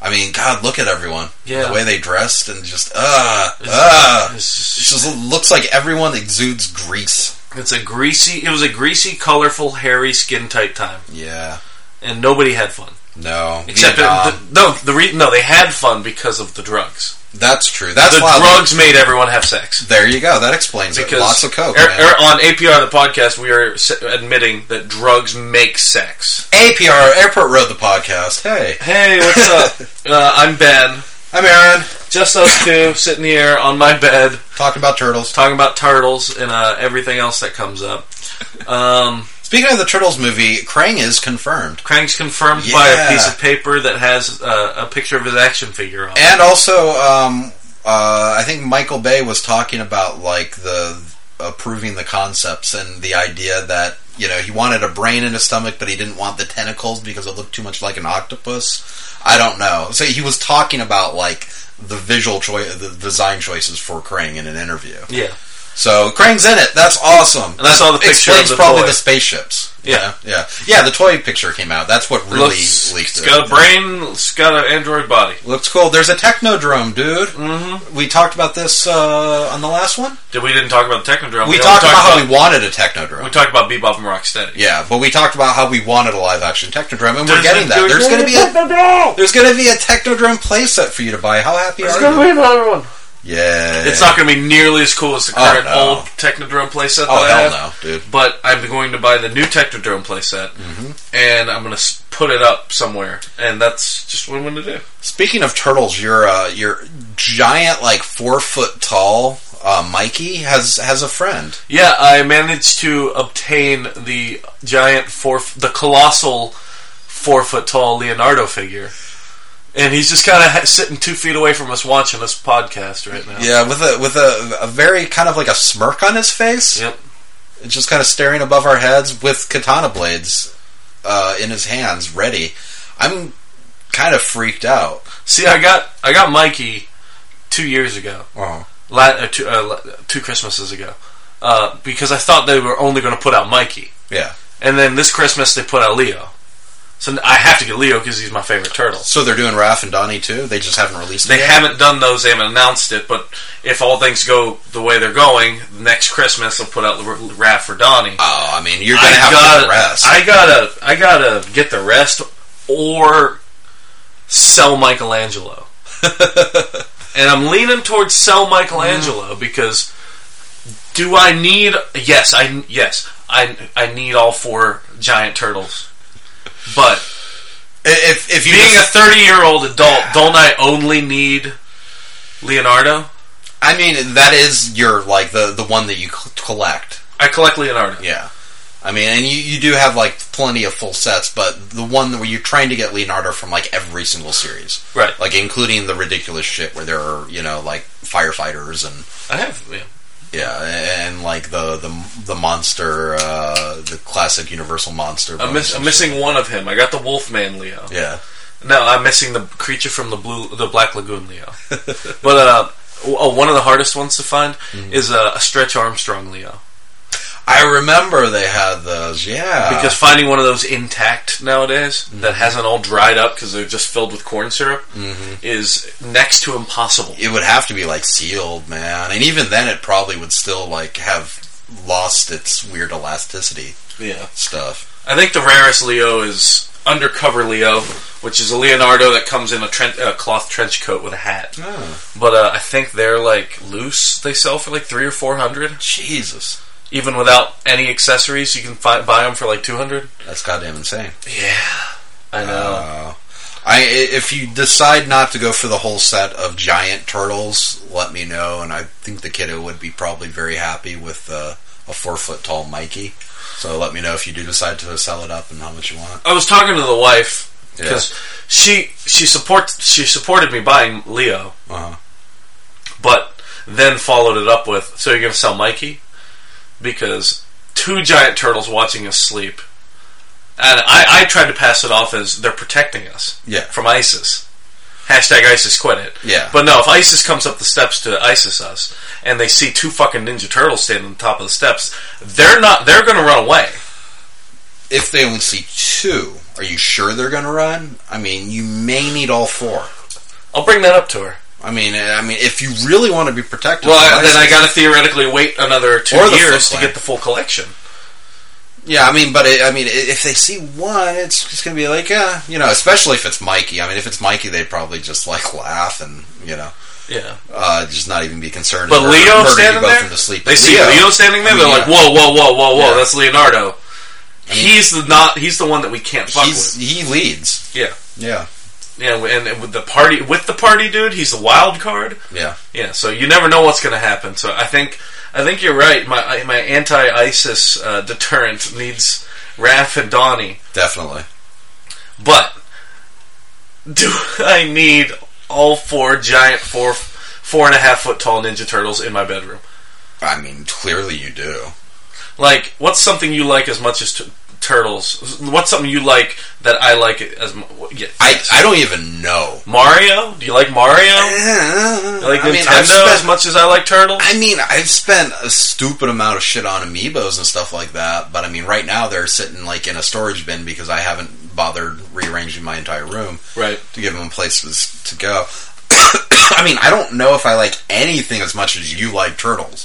[SPEAKER 2] I mean, God, look at everyone.
[SPEAKER 1] Yeah.
[SPEAKER 2] The way they dressed and just uh uh
[SPEAKER 1] It's,
[SPEAKER 2] It
[SPEAKER 1] just-
[SPEAKER 2] just looks like everyone exudes grease.
[SPEAKER 1] it's a greasy. It was a greasy, colorful, hairy, skin tight time,
[SPEAKER 2] Yeah.
[SPEAKER 1] and nobody had fun.
[SPEAKER 2] No.
[SPEAKER 1] Except
[SPEAKER 2] Vietnam.
[SPEAKER 1] the, no, the re- no, they had fun because of the drugs.
[SPEAKER 2] that's true. That's
[SPEAKER 1] the
[SPEAKER 2] why.
[SPEAKER 1] drugs made everyone have sex.
[SPEAKER 2] there you go. That explains it.
[SPEAKER 1] because
[SPEAKER 2] Lots of coke.
[SPEAKER 1] er-
[SPEAKER 2] man.
[SPEAKER 1] er, on APR the podcast, we are s- admitting that drugs make sex.
[SPEAKER 2] APR Airport Road the podcast. Hey,
[SPEAKER 1] Hey, what's up? uh, I'm Ben.
[SPEAKER 2] I'm Aaron.
[SPEAKER 1] Just us two sitting here on my bed
[SPEAKER 2] Talking about turtles.
[SPEAKER 1] talking about turtles and uh, everything else that comes up. Um,
[SPEAKER 2] Speaking of the turtles movie, Krang is confirmed,
[SPEAKER 1] Krang's confirmed by a
[SPEAKER 2] Yeah.
[SPEAKER 1] piece of paper that has uh, a picture of his action figure on. it.
[SPEAKER 2] and also um, uh, I think Michael Bay was talking about like the approving the concepts and the idea that you know he wanted a brain and a stomach, but he didn't want the tentacles because it looked too much like an octopus. I don't know. So he was talking about like the visual choice, the design choices for Krang in an interview.
[SPEAKER 1] Yeah,
[SPEAKER 2] So Krang's in it. That's awesome.
[SPEAKER 1] And I saw the picture of
[SPEAKER 2] Explains
[SPEAKER 1] the
[SPEAKER 2] probably
[SPEAKER 1] toy.
[SPEAKER 2] the spaceships. you
[SPEAKER 1] Yeah.
[SPEAKER 2] know? yeah, yeah. The toy picture came out. That's what really
[SPEAKER 1] Looks-
[SPEAKER 2] leaked
[SPEAKER 1] it's
[SPEAKER 2] it.
[SPEAKER 1] got a brain. It's got an android body.
[SPEAKER 2] Looks cool. There's a technodrome, dude. Mm-hmm. We talked about this uh, on the last one.
[SPEAKER 1] Did Oh, we didn't talk about the Technodrome?
[SPEAKER 2] We,
[SPEAKER 1] only
[SPEAKER 2] talked about how we wanted a technodrome.
[SPEAKER 1] we talked about Bebop and Rocksteady.
[SPEAKER 2] yeah, but we talked about how we wanted a live action technodrome, and we're getting that. There's going to be a
[SPEAKER 3] There's
[SPEAKER 2] there's going to be a technodrome playset for you to buy. How happy are
[SPEAKER 3] gonna
[SPEAKER 2] you?
[SPEAKER 3] be another one.
[SPEAKER 2] Yeah,
[SPEAKER 1] It's not going to be nearly as cool as the
[SPEAKER 2] Oh,
[SPEAKER 1] current
[SPEAKER 2] no.
[SPEAKER 1] old Technodrome playset.
[SPEAKER 2] Oh
[SPEAKER 1] that I
[SPEAKER 2] hell
[SPEAKER 1] have,
[SPEAKER 2] no, dude.
[SPEAKER 1] But I'm going to buy the new Technodrome playset,
[SPEAKER 2] Mm-hmm.
[SPEAKER 1] and I'm going to put it up somewhere, and that's just what I'm going to do.
[SPEAKER 2] Speaking of turtles, your uh, your giant, like four foot tall uh, Mikey has has a friend.
[SPEAKER 1] Yeah, I managed to obtain the giant four, the colossal four foot tall Leonardo figure, and he's just kind of ha- sitting two feet away from us, watching this podcast right now.
[SPEAKER 2] Yeah, with a with a, a very kind of like a smirk on his face.
[SPEAKER 1] Yep.
[SPEAKER 2] It's just kind of staring above our heads with katana blades uh, in his hands, ready. I'm kind of freaked out.
[SPEAKER 1] See, I got I got Mikey two years ago.
[SPEAKER 2] Oh,
[SPEAKER 1] la- uh, two, uh, la- two Christmases ago, uh, because I thought they were only going to put out Mikey,
[SPEAKER 2] yeah.
[SPEAKER 1] and then this Christmas they put out Leo. So n- I have to get Leo because he's my favorite turtle.
[SPEAKER 2] So they're doing Raph and Donnie too. They just haven't released.
[SPEAKER 1] They
[SPEAKER 2] it yet?
[SPEAKER 1] haven't done those; they haven't announced it. But if all things go the way they're going, next Christmas they'll put out R- Raph for Donnie.
[SPEAKER 2] Oh, I mean, you're gonna have to get the rest.
[SPEAKER 1] I gotta, I gotta get the rest, or sell Michelangelo. and I'm leaning towards sell Michelangelo
[SPEAKER 2] Mm.
[SPEAKER 1] because do I need? Yes, I yes, I I need all four giant turtles. But
[SPEAKER 2] if if you
[SPEAKER 1] being a
[SPEAKER 2] just-
[SPEAKER 1] 30 year old adult, don't I only need Leonardo?
[SPEAKER 2] I mean, that is your like the the one that you c- collect.
[SPEAKER 1] I collect Leonardo.
[SPEAKER 2] Yeah. I mean, and you, you do have like plenty of full sets, but the one where you're trying to get Leonardo from like every single series,
[SPEAKER 1] Right.
[SPEAKER 2] like including the ridiculous shit where there are you know like firefighters and
[SPEAKER 1] I have. Yeah.
[SPEAKER 2] yeah, and, like the the the monster, uh, the classic Universal monster.
[SPEAKER 1] I'm, miss, I'm missing one of him. I got the Wolfman Leo.
[SPEAKER 2] Yeah,
[SPEAKER 1] No, I'm missing the creature from the blue, the Black Lagoon, Leo. but uh, w- uh, one of the hardest ones to find is uh, a Stretch Armstrong, Leo,
[SPEAKER 2] I remember they had those. Yeah,
[SPEAKER 1] because finding one of those intact nowadays that hasn't all dried up because they're just filled with corn syrup is next to impossible.
[SPEAKER 2] Mm-hmm. it would have to be like sealed, man, and even then, it probably would still like have lost its weird elasticity
[SPEAKER 1] Yeah,
[SPEAKER 2] stuff.
[SPEAKER 1] I think the rarest Leo is Undercover Leo, which is a Leonardo that comes in a, tren- a cloth trench coat with a hat. But uh, I think they're like loose. They sell for like three or four hundred.
[SPEAKER 2] Jesus,
[SPEAKER 1] even without any accessories, you can fi- buy them for like two hundred.
[SPEAKER 2] that's goddamn insane.
[SPEAKER 1] Yeah, I know.
[SPEAKER 2] Uh, I i- if you decide not to go for the whole set of giant turtles, let me know, and I think the kiddo would be probably very happy with uh, a four foot tall Mikey. So let me know if you do decide to sell it up and how much you want.
[SPEAKER 1] I was talking to the wife
[SPEAKER 2] Yeah.
[SPEAKER 1] because she she supports she supported me buying Leo,
[SPEAKER 2] Uh-huh.
[SPEAKER 1] but then followed it up with, "So you're gonna sell Mikey?" Because two giant turtles watching us sleep, and I, I tried to pass it off as they're protecting us
[SPEAKER 2] Yeah,
[SPEAKER 1] from ISIS. Hashtag ISIS quit it.
[SPEAKER 2] yeah.
[SPEAKER 1] But no, if ISIS comes up the steps to ISIS us, and they see two fucking Ninja Turtles standing on top of the steps, they're not. They're going to run away.
[SPEAKER 2] if they only see two, are you sure they're going to run? I mean, you may need all four.
[SPEAKER 1] I'll bring that up to her.
[SPEAKER 2] I mean, I mean, if you really want to be protected,
[SPEAKER 1] Well,
[SPEAKER 2] from
[SPEAKER 1] then I
[SPEAKER 2] ISIS-
[SPEAKER 1] got to theoretically wait another two
[SPEAKER 2] Or the
[SPEAKER 1] years to
[SPEAKER 2] full clan.
[SPEAKER 1] get the full collection.
[SPEAKER 2] Yeah, I mean, but it, I mean, i- if they see one, it's just gonna be like, yeah, you know, especially if it's Mikey. I mean, if it's Mikey, they'd probably just like laugh and you know,
[SPEAKER 1] Yeah,
[SPEAKER 2] uh, just not even be concerned.
[SPEAKER 1] but
[SPEAKER 2] and murder-
[SPEAKER 1] Leo
[SPEAKER 2] murder you
[SPEAKER 1] standing
[SPEAKER 2] both
[SPEAKER 1] there,
[SPEAKER 2] into sleep.
[SPEAKER 1] they
[SPEAKER 2] But
[SPEAKER 1] see Leo standing there.
[SPEAKER 2] I
[SPEAKER 1] they're
[SPEAKER 2] mean,
[SPEAKER 1] like, "Whoa, whoa, whoa, whoa, whoa!
[SPEAKER 2] Yeah.
[SPEAKER 1] That's Leonardo.
[SPEAKER 2] mean-
[SPEAKER 1] he's the not. He's the one that we can't fuck
[SPEAKER 2] he's,
[SPEAKER 1] with."
[SPEAKER 2] he leads.
[SPEAKER 1] Yeah,
[SPEAKER 2] Yeah,
[SPEAKER 1] yeah, and, and with the party with the party dude, he's the wild card.
[SPEAKER 2] yeah.
[SPEAKER 1] Yeah, so you never know what's going to happen. So I think I think you're right. My I- my anti-ISIS uh, deterrent needs Raph and Donnie,
[SPEAKER 2] Definitely.
[SPEAKER 1] but do I need all four giant four four and a half foot tall Ninja Turtles in my bedroom?
[SPEAKER 2] I mean, clearly you do.
[SPEAKER 1] Like, what's something you like as much as t- Turtles. What's something you like that I like as m- yeah.
[SPEAKER 2] I, I don't even know.
[SPEAKER 1] Mario? Do you like Mario? You like
[SPEAKER 2] Like
[SPEAKER 1] Nintendo
[SPEAKER 2] I've
[SPEAKER 1] as
[SPEAKER 2] spent,
[SPEAKER 1] much as I like Turtles?
[SPEAKER 2] I mean, I've spent a stupid amount of shit on amiibos and stuff like that, but I mean, right now they're sitting like in a storage bin because I haven't bothered rearranging my entire room
[SPEAKER 1] Right.
[SPEAKER 2] to give them places to go. I mean, I don't know if I like anything as much as you like turtles.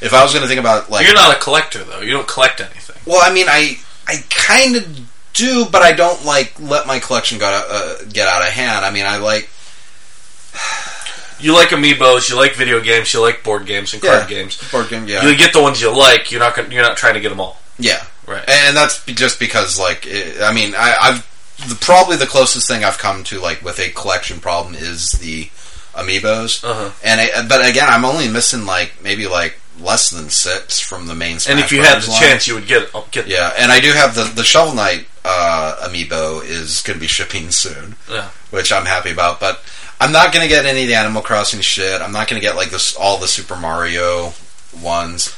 [SPEAKER 2] If I was going to think about like,
[SPEAKER 1] You're not a collector though. You don't collect anything.
[SPEAKER 2] well, I mean, I I kind of do, but I don't like let my collection go uh, get out of hand. I mean, I like
[SPEAKER 1] You like amiibos. You like video games. You like board games and card
[SPEAKER 2] Yeah.
[SPEAKER 1] games.
[SPEAKER 2] board game, yeah,
[SPEAKER 1] You get the ones you like. You're not gonna, you're not trying to get them all.
[SPEAKER 2] yeah.
[SPEAKER 1] Right.
[SPEAKER 2] and that's be- just because like it, I mean I, I've the, probably the closest thing I've come to like with a collection problem is the amiibos,
[SPEAKER 1] Uh-huh.
[SPEAKER 2] and I, but again I'm only missing like maybe like less than six from the main. Smash
[SPEAKER 1] and if you had
[SPEAKER 2] Brothers
[SPEAKER 1] the
[SPEAKER 2] line.
[SPEAKER 1] chance, you would get uh, get
[SPEAKER 2] yeah, and I do have the the Shovel Knight uh, amiibo is going to be shipping soon,
[SPEAKER 1] Yeah.
[SPEAKER 2] which I'm happy about, but. I'm not gonna get any of the Animal Crossing shit. I'm not gonna get like this all the Super Mario ones.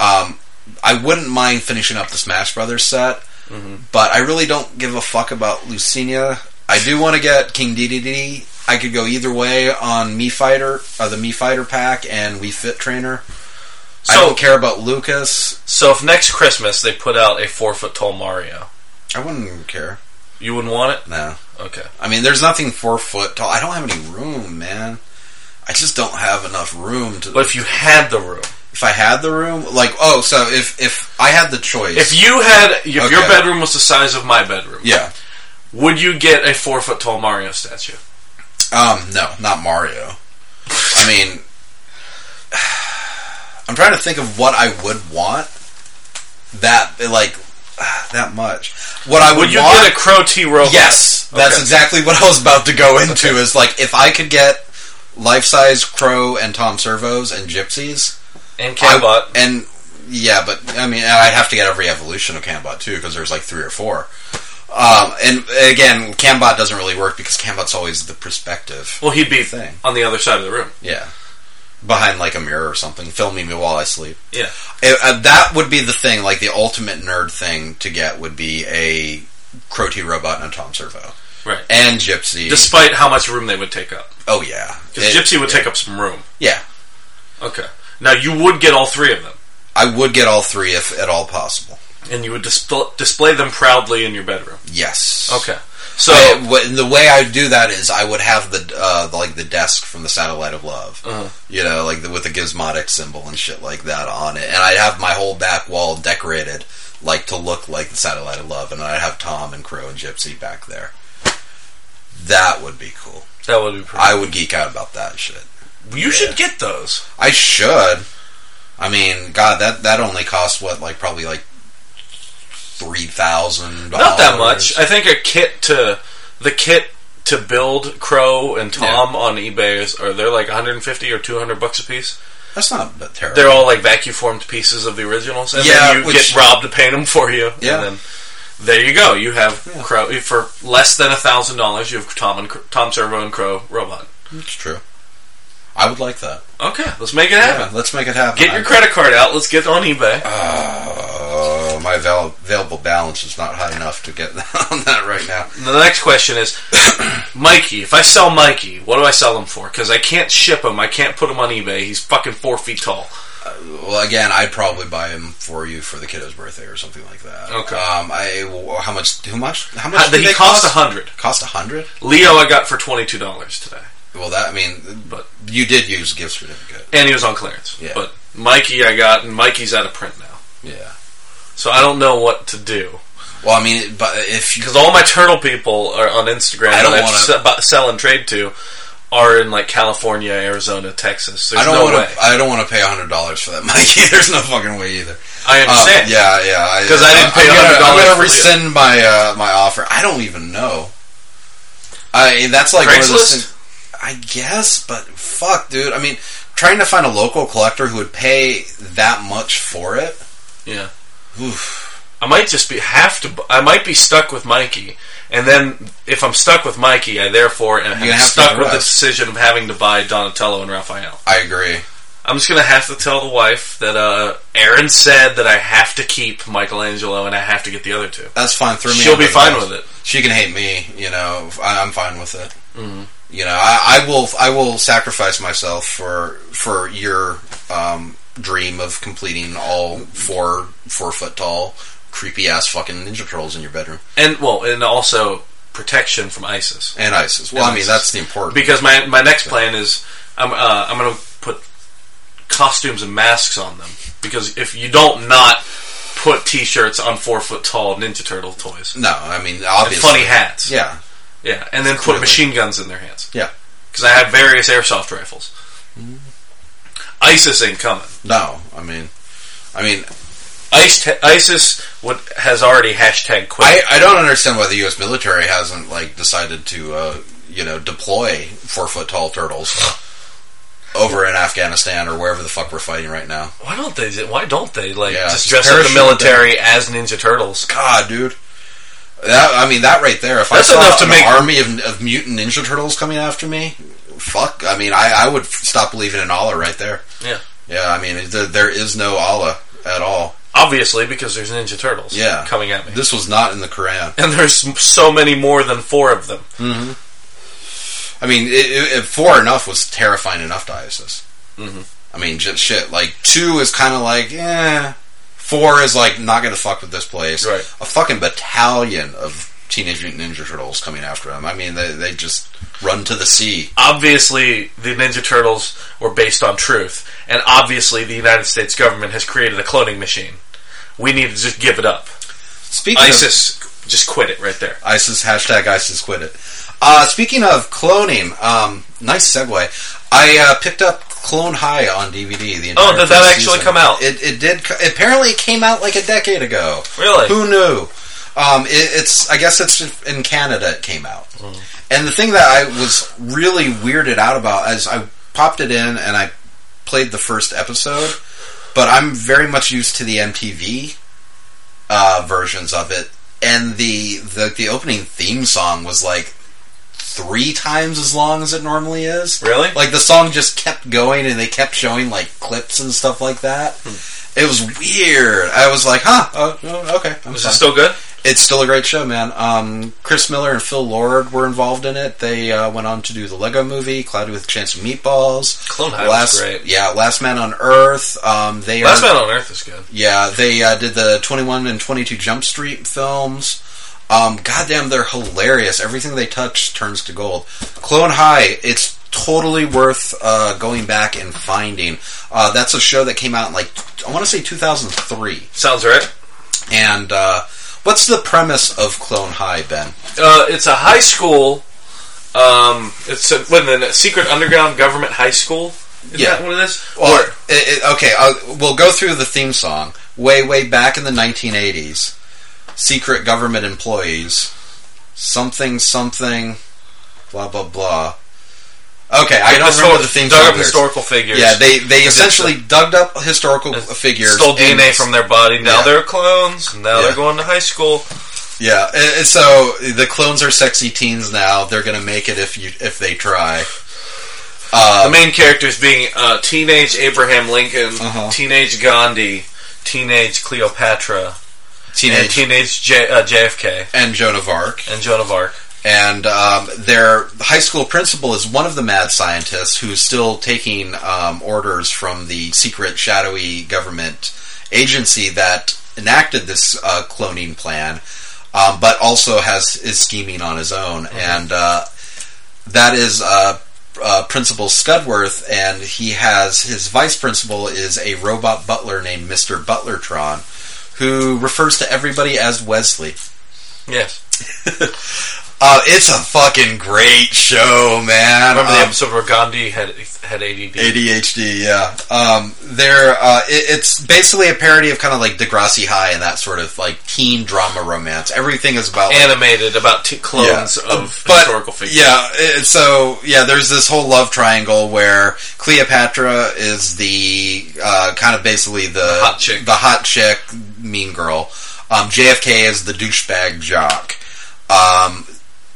[SPEAKER 2] Um, I wouldn't mind finishing up the Smash Brothers set,
[SPEAKER 1] mm-hmm.
[SPEAKER 2] but I really don't give a fuck about Lucinia. I do want to get King Dedede. I could go either way on Me Fighter, uh, the Me Fighter pack, and We Fit Trainer. I
[SPEAKER 1] So-
[SPEAKER 2] don't care about Lucas.
[SPEAKER 1] So if next Christmas they put out a four foot tall Mario,
[SPEAKER 2] I wouldn't care.
[SPEAKER 1] you wouldn't want it.
[SPEAKER 2] No,
[SPEAKER 1] Okay.
[SPEAKER 2] I mean, there's nothing four foot tall. I don't have any room, man. I just don't have enough room to.
[SPEAKER 1] But if you had the room,
[SPEAKER 2] If I had the room, like, oh, so if if I had the choice,
[SPEAKER 1] if you had, if your
[SPEAKER 2] Okay.
[SPEAKER 1] bedroom was the size of my bedroom,
[SPEAKER 2] yeah,
[SPEAKER 1] would you get a four foot tall Mario statue?
[SPEAKER 2] Um, no, not Mario. I mean, I'm trying to think of what I would want. That like that much. What I would,
[SPEAKER 1] Would you
[SPEAKER 2] want,
[SPEAKER 1] get a Crow T robot?
[SPEAKER 2] Yes, that's
[SPEAKER 1] Okay.
[SPEAKER 2] exactly what I was about to go into. Is like if I could get life-size Crow and Tom Servos and Gypsies,
[SPEAKER 1] and
[SPEAKER 2] I-
[SPEAKER 1] Cambot.
[SPEAKER 2] and yeah, but I mean, and I'd have to get every evolution of Cambot too because there's like three or four. Um, and again, Cambot doesn't really work because Cambot's always the perspective.
[SPEAKER 1] Well, he'd be
[SPEAKER 2] Thing.
[SPEAKER 1] on the other side of the room.
[SPEAKER 2] Yeah. Behind like a mirror or something, filming me while I sleep.
[SPEAKER 1] Yeah.
[SPEAKER 2] It, uh, that would be the thing, like the ultimate nerd thing to get would be a Crotty robot and a Tom Servo.
[SPEAKER 1] Right.
[SPEAKER 2] And Gypsy.
[SPEAKER 1] Despite how much room they would take up,
[SPEAKER 2] oh, yeah.
[SPEAKER 1] because
[SPEAKER 2] It-
[SPEAKER 1] Gypsy would take up some room.
[SPEAKER 2] Yeah.
[SPEAKER 1] Okay. Now you would get all three of them,
[SPEAKER 2] I would get all three if at all possible.
[SPEAKER 1] and you would disp- display them proudly in your bedroom.
[SPEAKER 2] Yes.
[SPEAKER 1] Okay. So
[SPEAKER 2] So the way I would do that is I would have the uh, the- like the desk from the Satellite of Love,
[SPEAKER 1] Uh-huh.
[SPEAKER 2] you know, like the, with the gizmotic symbol and shit like that on it, and I'd have my whole back wall decorated like to look like the Satellite of Love, and I'd have Tom and Crow and Gypsy back there. That would be cool.
[SPEAKER 1] that would be pretty.
[SPEAKER 2] I would geek out about that shit.
[SPEAKER 1] you should get those.
[SPEAKER 2] I should. I mean, God, that that only costs what, like probably like three thousand.
[SPEAKER 1] Not that much. I think a kit to the kit to build Crow and Tom on eBay is, or they're like 150 or 200 bucks a piece.
[SPEAKER 2] That's not but terrible.
[SPEAKER 1] They're all like vacuum formed pieces of the originals, and
[SPEAKER 2] Yeah,
[SPEAKER 1] then you
[SPEAKER 2] which-
[SPEAKER 1] get Rob to paint them for you.
[SPEAKER 2] Yeah.
[SPEAKER 1] And then there you go. You have Crow for less than a thousand dollars. You have Tom and Cr- Tom Servo and Crow robot.
[SPEAKER 2] It's true. I would like that.
[SPEAKER 1] Okay, let's make it happen.
[SPEAKER 2] Yeah, let's make it happen.
[SPEAKER 1] Get your credit card out. Let's get on eBay.
[SPEAKER 2] Oh, my avail- available balance is not high enough to get on that right now.
[SPEAKER 1] The next question is, Mikey. If I sell Mikey, what do I sell him for? Because I can't ship him. I can't put him on eBay. He's fucking four feet tall.
[SPEAKER 2] Uh, Well, again, I'd probably buy him for you for the kiddo's birthday or something like that.
[SPEAKER 1] Okay.
[SPEAKER 2] Um, I well, how much? How much? How much?
[SPEAKER 1] How,
[SPEAKER 2] did
[SPEAKER 1] he
[SPEAKER 2] they
[SPEAKER 1] cost a
[SPEAKER 2] cost?
[SPEAKER 1] hundred.
[SPEAKER 2] Cost a hundred?
[SPEAKER 1] Leo, I got for twenty two dollars today,
[SPEAKER 2] Well, that I mean,
[SPEAKER 1] But-
[SPEAKER 2] you did use gift certificate.
[SPEAKER 1] and he was on clearance.
[SPEAKER 2] Yeah.
[SPEAKER 1] But Mikey, I got, and Mikey's out of print now.
[SPEAKER 2] Yeah.
[SPEAKER 1] So I don't know what to do
[SPEAKER 2] Well, I mean, but if you,
[SPEAKER 1] because all my turtle people are on Instagram.
[SPEAKER 2] I don't
[SPEAKER 1] that
[SPEAKER 2] wanna-
[SPEAKER 1] se- bu- sell and trade to are in like California, Arizona, Texas. There's
[SPEAKER 2] I don't
[SPEAKER 1] no
[SPEAKER 2] want
[SPEAKER 1] way.
[SPEAKER 2] to. I don't want to pay a hundred dollars for that, Mikey. There's no fucking way either.
[SPEAKER 1] I
[SPEAKER 2] Uh,
[SPEAKER 1] understand.
[SPEAKER 2] yeah, yeah.
[SPEAKER 1] 'Cause I didn't pay
[SPEAKER 2] I'm gonna-
[SPEAKER 1] $100
[SPEAKER 2] I'm
[SPEAKER 1] for
[SPEAKER 2] gonna
[SPEAKER 1] you.
[SPEAKER 2] rescind my uh, my offer. I don't even know. I that's like one of those
[SPEAKER 1] Craigslist?
[SPEAKER 2] things- I guess, but fuck, dude. I mean, trying to find a local collector who would pay that much for it.
[SPEAKER 1] Yeah.
[SPEAKER 2] Oof.
[SPEAKER 1] I might just be have to. bu- I might be stuck with Mikey, and then if I'm stuck with Mikey, I therefore am
[SPEAKER 2] gonna have to
[SPEAKER 1] stuck with the
[SPEAKER 2] rest.
[SPEAKER 1] decision of having to buy Donatello and Raphael.
[SPEAKER 2] I agree.
[SPEAKER 1] I I'm just gonna have to tell the wife that uh, Aaron said that I have to keep Michelangelo and I have to get the other two.
[SPEAKER 2] That's fine. Throw me.
[SPEAKER 1] She'll
[SPEAKER 2] under
[SPEAKER 1] be
[SPEAKER 2] the
[SPEAKER 1] fine
[SPEAKER 2] bus.
[SPEAKER 1] with it.
[SPEAKER 2] She can hate me. You know, I, I'm fine with it.
[SPEAKER 1] Mm-hmm.
[SPEAKER 2] You know, I, I will. I will sacrifice myself for for your um, dream of completing all four four foot tall creepy ass fucking ninja turtles in your bedroom
[SPEAKER 1] And well, and also protection from ISIS.
[SPEAKER 2] and ISIS. Well,
[SPEAKER 1] And
[SPEAKER 2] I mean
[SPEAKER 1] ISIS.
[SPEAKER 2] that's the important.
[SPEAKER 1] Because my my next plan is I'm uh, I'm gonna put costumes and masks on them because if you don't not put T-shirts on four foot tall Ninja Turtle toys
[SPEAKER 2] no, I mean
[SPEAKER 1] and
[SPEAKER 2] obviously.
[SPEAKER 1] funny hats,
[SPEAKER 2] Yeah,
[SPEAKER 1] yeah, and then put
[SPEAKER 2] Clearly.
[SPEAKER 1] machine guns in their hands,
[SPEAKER 2] Yeah. Mm-hmm.
[SPEAKER 1] because I have various airsoft rifles. ISIS ain't coming.
[SPEAKER 2] no, I mean, I mean,
[SPEAKER 1] Ice ISIS would, has already hashtag quit.
[SPEAKER 2] I, I don't understand why the U.S. military hasn't like decided to uh, you know deploy four foot tall turtles over in Afghanistan or wherever the fuck we're fighting right now.
[SPEAKER 1] why don't they? Why don't they like
[SPEAKER 2] Yeah,
[SPEAKER 1] just dress
[SPEAKER 2] just
[SPEAKER 1] up the
[SPEAKER 2] parachute
[SPEAKER 1] military as Ninja Turtles?
[SPEAKER 2] God, dude, that I mean that right there. If
[SPEAKER 1] That's
[SPEAKER 2] I saw
[SPEAKER 1] enough to
[SPEAKER 2] an
[SPEAKER 1] make-
[SPEAKER 2] army of, of mutant ninja turtles coming after me, fuck. I mean, I, I would stop believing in Allah right there.
[SPEAKER 1] Yeah.
[SPEAKER 2] yeah. I mean, there, there is no Allah at all.
[SPEAKER 1] Obviously, because there's Ninja Turtles.
[SPEAKER 2] Yeah.
[SPEAKER 1] coming at me.
[SPEAKER 2] This was not in the Quran.
[SPEAKER 1] and there's m- so many more than four of them.
[SPEAKER 2] I mean, it, it, it, four enough was terrifying enough to ISIS.
[SPEAKER 1] Mhm.
[SPEAKER 2] I mean, just shit. Like two is kind of like, eh. Four is like not gonna fuck with this place.
[SPEAKER 1] Right.
[SPEAKER 2] A fucking battalion of teenage mutant ninja turtles coming after them. I mean, they they just run to the sea.
[SPEAKER 1] Obviously, the Ninja Turtles were based on truth, and obviously, the United States government has created a cloning machine. We need to just give it up.
[SPEAKER 2] Speaking of
[SPEAKER 1] ISIS, just quit it right there.
[SPEAKER 2] ISIS hashtag ISIS quit it. Uh, speaking of cloning, um, nice segue. I uh, picked up Clone High on DVD. The entire
[SPEAKER 1] Oh, did that
[SPEAKER 2] first
[SPEAKER 1] actually
[SPEAKER 2] season.
[SPEAKER 1] come out?
[SPEAKER 2] It, it did. co- Apparently, it came out like a decade ago.
[SPEAKER 1] Really?
[SPEAKER 2] Who knew? Um, it, it's I guess it's in Canada it came out. And the thing that I was really weirded out about is I popped it in and I played the first episode, but I'm very much used to the MTV uh, versions of it, and the, the the opening theme song was like three times as long as it normally is.
[SPEAKER 1] Really?
[SPEAKER 2] Like the song just kept going, and they kept showing like clips and stuff like that. It was weird. I was like, huh, oh, oh, okay. I'm
[SPEAKER 1] Is
[SPEAKER 2] fine.
[SPEAKER 1] it still good?
[SPEAKER 2] It's still a great show, man. Um, Chris Miller and Phil Lord were involved in it. They uh, went on to do the Lego Movie, Cloudy with a Chance of Meatballs,
[SPEAKER 1] Clone High was
[SPEAKER 2] Last,
[SPEAKER 1] great.
[SPEAKER 2] yeah, Last Man on Earth. Um, they
[SPEAKER 1] Last
[SPEAKER 2] are,
[SPEAKER 1] Man on Earth is good.
[SPEAKER 2] yeah, they uh, did the 21 and 22 Jump Street films. Um, goddamn, they're hilarious. Everything they touch turns to gold. Clone High, it's totally worth uh, going back and finding. Uh, that's a show that came out in like, I want to say 2003.
[SPEAKER 1] Sounds right.
[SPEAKER 2] And uh, what's the premise of Clone High, Ben?
[SPEAKER 1] Uh, it's a high school. Um, it's a, what, a secret underground government high school. Is
[SPEAKER 2] Yeah.
[SPEAKER 1] that what it is?
[SPEAKER 2] Well,
[SPEAKER 1] or
[SPEAKER 2] it, it, okay, I'll, we'll go through the theme song. Way, way back in the 1980s, secret government employees, something, something, blah, blah, blah. Okay, I don't remember the theme
[SPEAKER 1] dug
[SPEAKER 2] song.
[SPEAKER 1] up
[SPEAKER 2] lyrics.
[SPEAKER 1] historical figures.
[SPEAKER 2] Yeah, they, they
[SPEAKER 1] Is it
[SPEAKER 2] essentially dug up historical uh, figures.
[SPEAKER 1] Stole
[SPEAKER 2] and-
[SPEAKER 1] DNA from their body. Now
[SPEAKER 2] Yeah.
[SPEAKER 1] they're clones. Now
[SPEAKER 2] Yeah.
[SPEAKER 1] they're going to high school.
[SPEAKER 2] Yeah, and- and so the clones are sexy teens now. They're gonna make it if you if they try. Uh,
[SPEAKER 1] the main characters being uh, teenage Abraham Lincoln,
[SPEAKER 2] Uh-huh.
[SPEAKER 1] teenage Gandhi, teenage Cleopatra,
[SPEAKER 2] Teenage
[SPEAKER 1] and teenage J- uh, JFK
[SPEAKER 2] and Joan of Arc.
[SPEAKER 1] and Joan of Arc.
[SPEAKER 2] and um, their high school principal is one of the mad scientists who's still taking um, orders from the secret, shadowy government agency that enacted this uh, cloning plan, um, but also has is scheming on his own, and uh, that is. Uh, uh, principal Scudworth, and he has his vice principal is a robot butler named Mister Butlertron, who refers to everybody as Wesley.
[SPEAKER 1] Yes.
[SPEAKER 2] Uh, it's a fucking great show, man.
[SPEAKER 1] Remember the
[SPEAKER 2] Um,
[SPEAKER 1] episode where Gandhi had had ADD?
[SPEAKER 2] ADHD, yeah. Um, they're, uh, it, it's basically a parody of kind of like Degrassi High and that sort of like teen drama romance. Everything is about like,
[SPEAKER 1] Animated about t- clones
[SPEAKER 2] Yeah. Um,
[SPEAKER 1] of
[SPEAKER 2] But-
[SPEAKER 1] historical figures.
[SPEAKER 2] Yeah, it, so yeah, there's this whole love triangle where Cleopatra is the uh, kind of basically the, the
[SPEAKER 1] hot chick.
[SPEAKER 2] the hot chick, mean girl. Um, JFK is the douchebag jock. Um,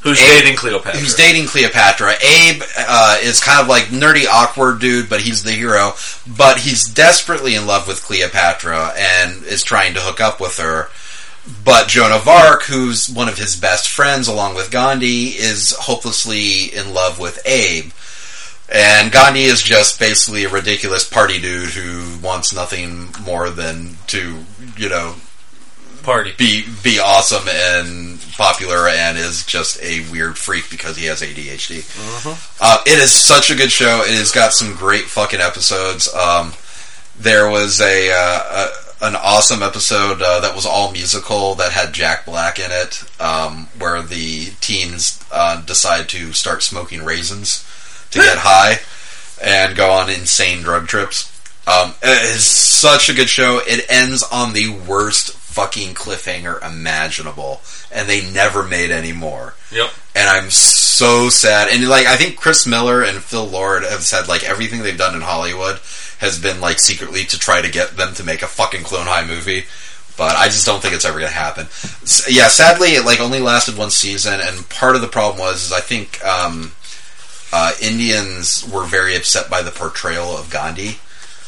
[SPEAKER 1] Who's
[SPEAKER 2] Abe-
[SPEAKER 1] dating Cleopatra?
[SPEAKER 2] Who's dating Cleopatra? Abe uh, is kind of like nerdy, awkward dude, but he's the hero. But he's desperately in love with Cleopatra and is trying to hook up with her. But Joan of Arc, who's one of his best friends along with Gandhi, is hopelessly in love with Abe. And Gandhi is just basically a ridiculous party dude who wants nothing more than to, you know,
[SPEAKER 1] Party.
[SPEAKER 2] be be awesome and popular and is just a weird freak because he has ADHD. Uh, it is such a good show. It has got some great fucking episodes. Um, there was a, uh, a an awesome episode uh, that was all musical that had Jack Black in it, um, where the teens uh, decide to start smoking raisins to get high and go on insane drug trips. Um, it is such a good show. It ends on the worst fucking cliffhanger imaginable, and they never made any more.
[SPEAKER 1] Yep.
[SPEAKER 2] And I'm so sad. And like, I think Chris Miller and Phil Lord have said like everything they've done in Hollywood has been like secretly to try to get them to make a fucking Clone High movie. But I just don't think it's ever gonna happen. S yeah, sadly, it like only lasted one season, and part of the problem was is I think um, uh, Indians were very upset by the portrayal of Gandhi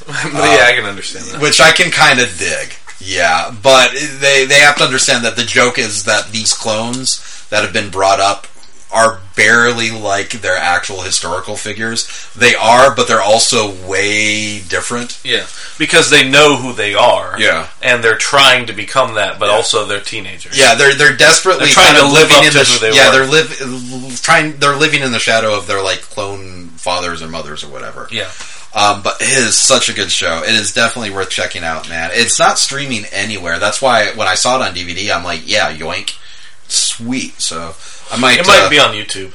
[SPEAKER 1] yeah, I can understand that.
[SPEAKER 2] which I can kind of dig. Yeah, but they they have to understand that the joke is that these clones that have been brought up are barely like their actual historical figures. They are, but they're also way different.
[SPEAKER 1] Yeah, because they know who they are.
[SPEAKER 2] Yeah.
[SPEAKER 1] and they're trying to become that, but
[SPEAKER 2] Yeah.
[SPEAKER 1] also they're teenagers.
[SPEAKER 2] Yeah, they're they're desperately
[SPEAKER 1] They're trying
[SPEAKER 2] kind of
[SPEAKER 1] to live
[SPEAKER 2] living
[SPEAKER 1] up
[SPEAKER 2] in
[SPEAKER 1] to who
[SPEAKER 2] the sh-
[SPEAKER 1] they
[SPEAKER 2] yeah
[SPEAKER 1] were.
[SPEAKER 2] they're live trying they're living in the shadow of their like clone fathers or mothers or whatever.
[SPEAKER 1] yeah.
[SPEAKER 2] Um, but it is such a good show. It is definitely worth checking out, man. It's not streaming anywhere. That's why when I saw it on DVD, I'm like, yeah, yoink, sweet. So I might
[SPEAKER 1] It might
[SPEAKER 2] uh,
[SPEAKER 1] be on YouTube.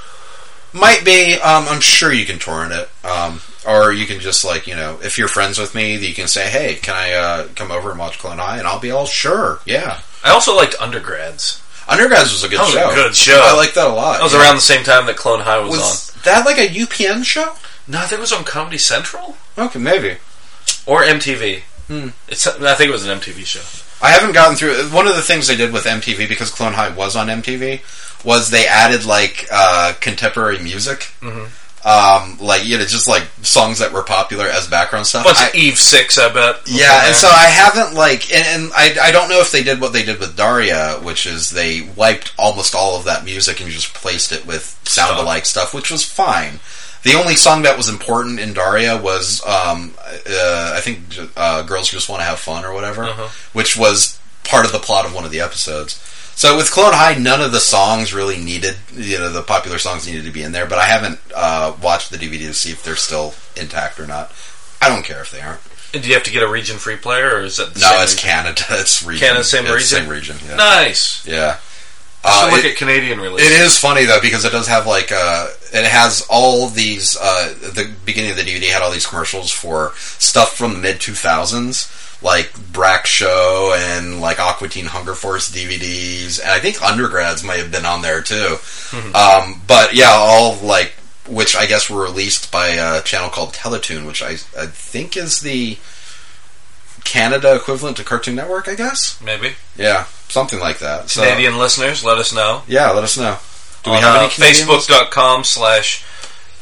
[SPEAKER 2] might be. Um, I'm sure you can torrent it, um, or you can just like you know, if you're friends with me, you can say, hey, can I uh, come over and watch Clone High? And I'll be all sure, yeah.
[SPEAKER 1] I also liked Undergrads.
[SPEAKER 2] Undergrads was a good
[SPEAKER 1] That was a
[SPEAKER 2] show.
[SPEAKER 1] good show.
[SPEAKER 2] I like that a lot.
[SPEAKER 1] That was
[SPEAKER 2] yeah.
[SPEAKER 1] around the same time that Clone High was,
[SPEAKER 2] Was that like a UPN show?
[SPEAKER 1] on. No, I think it was on Comedy Central
[SPEAKER 2] Okay, maybe.
[SPEAKER 1] or MTV.
[SPEAKER 2] Hmm.
[SPEAKER 1] It's, I think it was an MTV show.
[SPEAKER 2] I haven't gotten through. One of the things they did with MTV because Clone High was on MTV was they added like uh, contemporary music,
[SPEAKER 1] Mhm.
[SPEAKER 2] um, like you know, just like songs that were popular as background stuff.
[SPEAKER 1] Bunch
[SPEAKER 2] I-
[SPEAKER 1] of Eve Six, I bet. was on
[SPEAKER 2] yeah,
[SPEAKER 1] there.
[SPEAKER 2] and so I haven't like, and, and I I don't know if they did what they did with Daria, which is they wiped almost all of that music and just placed it with sound alike stuff, which was fine. The only song that was important in Daria was, um, uh, I think, uh, "Girls Who Just Want to Have Fun" or whatever,
[SPEAKER 1] Uh-huh.
[SPEAKER 2] which was part of the plot of one of the episodes. So with Clone High, none of the songs really needed, you know, the popular songs needed to be in there. But I haven't uh, watched the DVD to see if they're still intact or not. I don't care if they aren't.
[SPEAKER 1] And do you have to get a region free player, or is that the
[SPEAKER 2] No,
[SPEAKER 1] same
[SPEAKER 2] it's
[SPEAKER 1] region?
[SPEAKER 2] Canada. It's region.
[SPEAKER 1] Canada, same
[SPEAKER 2] It's
[SPEAKER 1] region?
[SPEAKER 2] Same region. Yeah.
[SPEAKER 1] nice.
[SPEAKER 2] yeah.
[SPEAKER 1] So
[SPEAKER 2] Uh,
[SPEAKER 1] look
[SPEAKER 2] it-
[SPEAKER 1] at Canadian release.
[SPEAKER 2] it is funny though because it does have like uh, it has all these uh, the beginning of the DVD had all these commercials for stuff from the mid two thousands like Brack Show and like Aqua Teen Hunger Force DVDs and I think undergrads might have been on there too,
[SPEAKER 1] Mm-hmm.
[SPEAKER 2] um, but yeah, all like which I guess were released by a channel called Teletoon, which I I think is the Canada equivalent to Cartoon Network, I guess.
[SPEAKER 1] Maybe
[SPEAKER 2] Yeah, something like that. So,
[SPEAKER 1] Canadian listeners, let us know.
[SPEAKER 2] Yeah, let us know. Do we
[SPEAKER 1] on,
[SPEAKER 2] have
[SPEAKER 1] uh,
[SPEAKER 2] any Canadians?
[SPEAKER 1] Facebook.com slash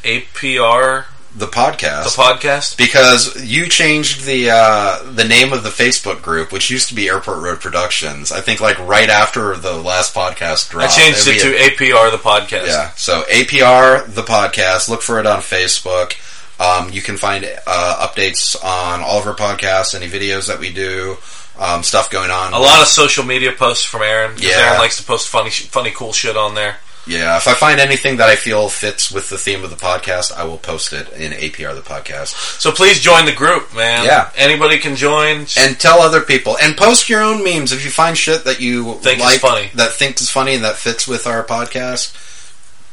[SPEAKER 1] APR
[SPEAKER 2] the
[SPEAKER 1] the
[SPEAKER 2] podcast
[SPEAKER 1] podcast.
[SPEAKER 2] because you changed the uh, the name of the Facebook group, which used to be Airport Road Productions. I think like right after the last podcast
[SPEAKER 1] I
[SPEAKER 2] dropped,
[SPEAKER 1] changed it
[SPEAKER 2] It'd
[SPEAKER 1] to APR the podcast.
[SPEAKER 2] be- Uh, yeah. So APR the podcast. Look for it on Facebook. Um, you can find uh, updates on all of our podcasts, any videos that we do, um, stuff going on.
[SPEAKER 1] A lot of social media posts from Aaron. 'cause
[SPEAKER 2] Yeah.
[SPEAKER 1] Aaron likes to post funny, sh- funny, cool shit on there.
[SPEAKER 2] Yeah, if I find anything that I feel fits with the theme of the podcast, I will post it in APR the podcast.
[SPEAKER 1] So please join the group, man.
[SPEAKER 2] Yeah.
[SPEAKER 1] anybody can join.
[SPEAKER 2] and tell other people and post your own memes if you find shit that you
[SPEAKER 1] Think is
[SPEAKER 2] like
[SPEAKER 1] funny.
[SPEAKER 2] that thinks is funny and that fits with our podcast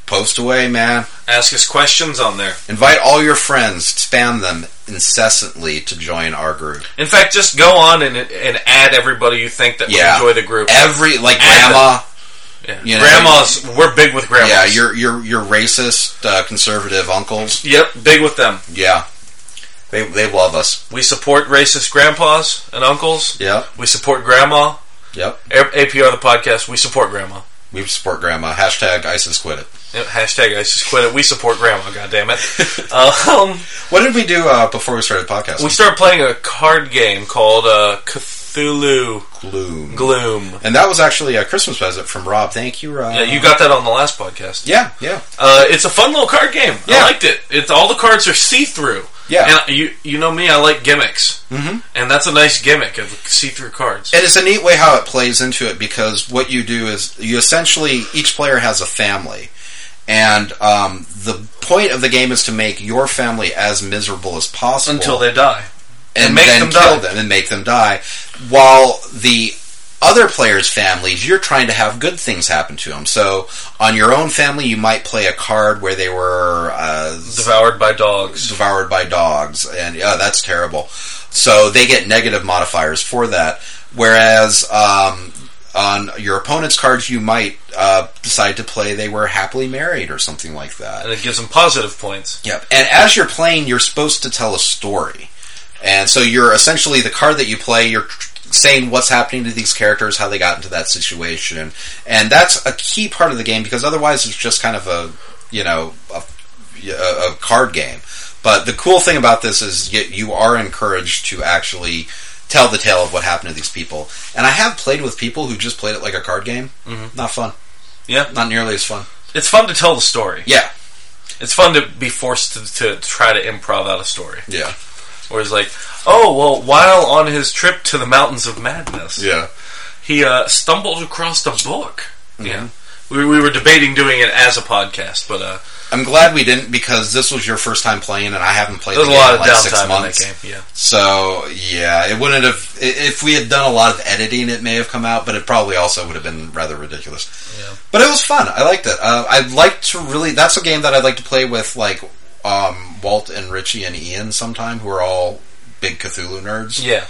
[SPEAKER 2] post away man
[SPEAKER 1] Ask us questions on there.
[SPEAKER 2] invite all your friends spam them incessantly to join our group
[SPEAKER 1] In fact, just go on and and add everybody you think that
[SPEAKER 2] Yeah.
[SPEAKER 1] would enjoy the group.
[SPEAKER 2] every like
[SPEAKER 1] Add
[SPEAKER 2] grandma
[SPEAKER 1] Yeah.
[SPEAKER 2] you know,
[SPEAKER 1] grandmas, we're big with grandmas.
[SPEAKER 2] yeah your your your racist uh, conservative uncles
[SPEAKER 1] Yep, big with them.
[SPEAKER 2] yeah they they love us
[SPEAKER 1] We support racist grandpas and uncles.
[SPEAKER 2] yep
[SPEAKER 1] We support grandma.
[SPEAKER 2] yep
[SPEAKER 1] A- APR the podcast. We support grandma.
[SPEAKER 2] We support Grandma. Hashtag ISIS quit it.
[SPEAKER 1] Yep, Hashtag ISIS quit it. We support grandma. Goddamn it. um,
[SPEAKER 2] What did we do uh, before we started podcasting?
[SPEAKER 1] we started playing a card game called uh, Cthulhu
[SPEAKER 2] Gloom.
[SPEAKER 1] Gloom.
[SPEAKER 2] and that was actually a Christmas present from Rob. Thank you, Rob.
[SPEAKER 1] Yeah, you got that on the last podcast.
[SPEAKER 2] Yeah, yeah.
[SPEAKER 1] Uh, it's a fun little card game. I
[SPEAKER 2] Yeah.
[SPEAKER 1] liked it. It's all the cards are see through.
[SPEAKER 2] Yeah.
[SPEAKER 1] and you you know me, I like gimmicks,
[SPEAKER 2] Mhm.
[SPEAKER 1] and that's a nice gimmick of see through cards.
[SPEAKER 2] And it's a neat way how it plays into it because what you do is you essentially each player has a family, and um, the point of the game is to make your family as miserable as possible
[SPEAKER 1] Until they die.
[SPEAKER 2] and,
[SPEAKER 1] and make
[SPEAKER 2] then
[SPEAKER 1] them
[SPEAKER 2] kill
[SPEAKER 1] die.
[SPEAKER 2] them and make them die, while the other players' families, you're trying to have good things happen to them. So on your own family, you might play a card where they were uh,
[SPEAKER 1] Devoured by dogs.
[SPEAKER 2] devoured by dogs, and yeah, that's terrible. So they get negative modifiers for that. Whereas um, on your opponent's cards, you might uh, decide to play they were happily married or something like that.
[SPEAKER 1] And it gives them positive points.
[SPEAKER 2] Yep. And as you're playing, you're supposed to tell a story, and so you're essentially the card that you play. You're tr- saying what's happening to these characters, how they got into that situation, and that's a key part of the game because otherwise it's just kind of a you know a a, a card game. But the cool thing about this is you, you are encouraged to actually tell the tale of what happened to these people. And I have played with people who just played it like a card game.
[SPEAKER 1] Mhm.
[SPEAKER 2] Not fun.
[SPEAKER 1] Yeah.
[SPEAKER 2] Not nearly as fun.
[SPEAKER 1] It's fun to tell the story.
[SPEAKER 2] Yeah.
[SPEAKER 1] It's fun to be forced to, to try to improv out a story.
[SPEAKER 2] Yeah.
[SPEAKER 1] Where it's like, oh, well, while on his trip to the Mountains of Madness,
[SPEAKER 2] Yeah.
[SPEAKER 1] he uh, stumbled across a book.
[SPEAKER 2] Mhm.
[SPEAKER 1] Yeah. We, we were debating doing it as a podcast, but uh,
[SPEAKER 2] I'm glad we didn't because this was your first time playing, and I haven't played
[SPEAKER 1] there's
[SPEAKER 2] the
[SPEAKER 1] a
[SPEAKER 2] game
[SPEAKER 1] lot
[SPEAKER 2] in
[SPEAKER 1] of
[SPEAKER 2] like six
[SPEAKER 1] downtime in that
[SPEAKER 2] months.
[SPEAKER 1] game. Yeah.
[SPEAKER 2] So yeah, it wouldn't have. i- If we had done a lot of editing, it may have come out, but it probably also would have been rather ridiculous.
[SPEAKER 1] Yeah.
[SPEAKER 2] But it was fun. I liked it. Uh, I'd like to really. That's a game that I'd like to play with like um, Walt and Richie and Ian sometime, who are all big Cthulhu nerds.
[SPEAKER 1] Yeah.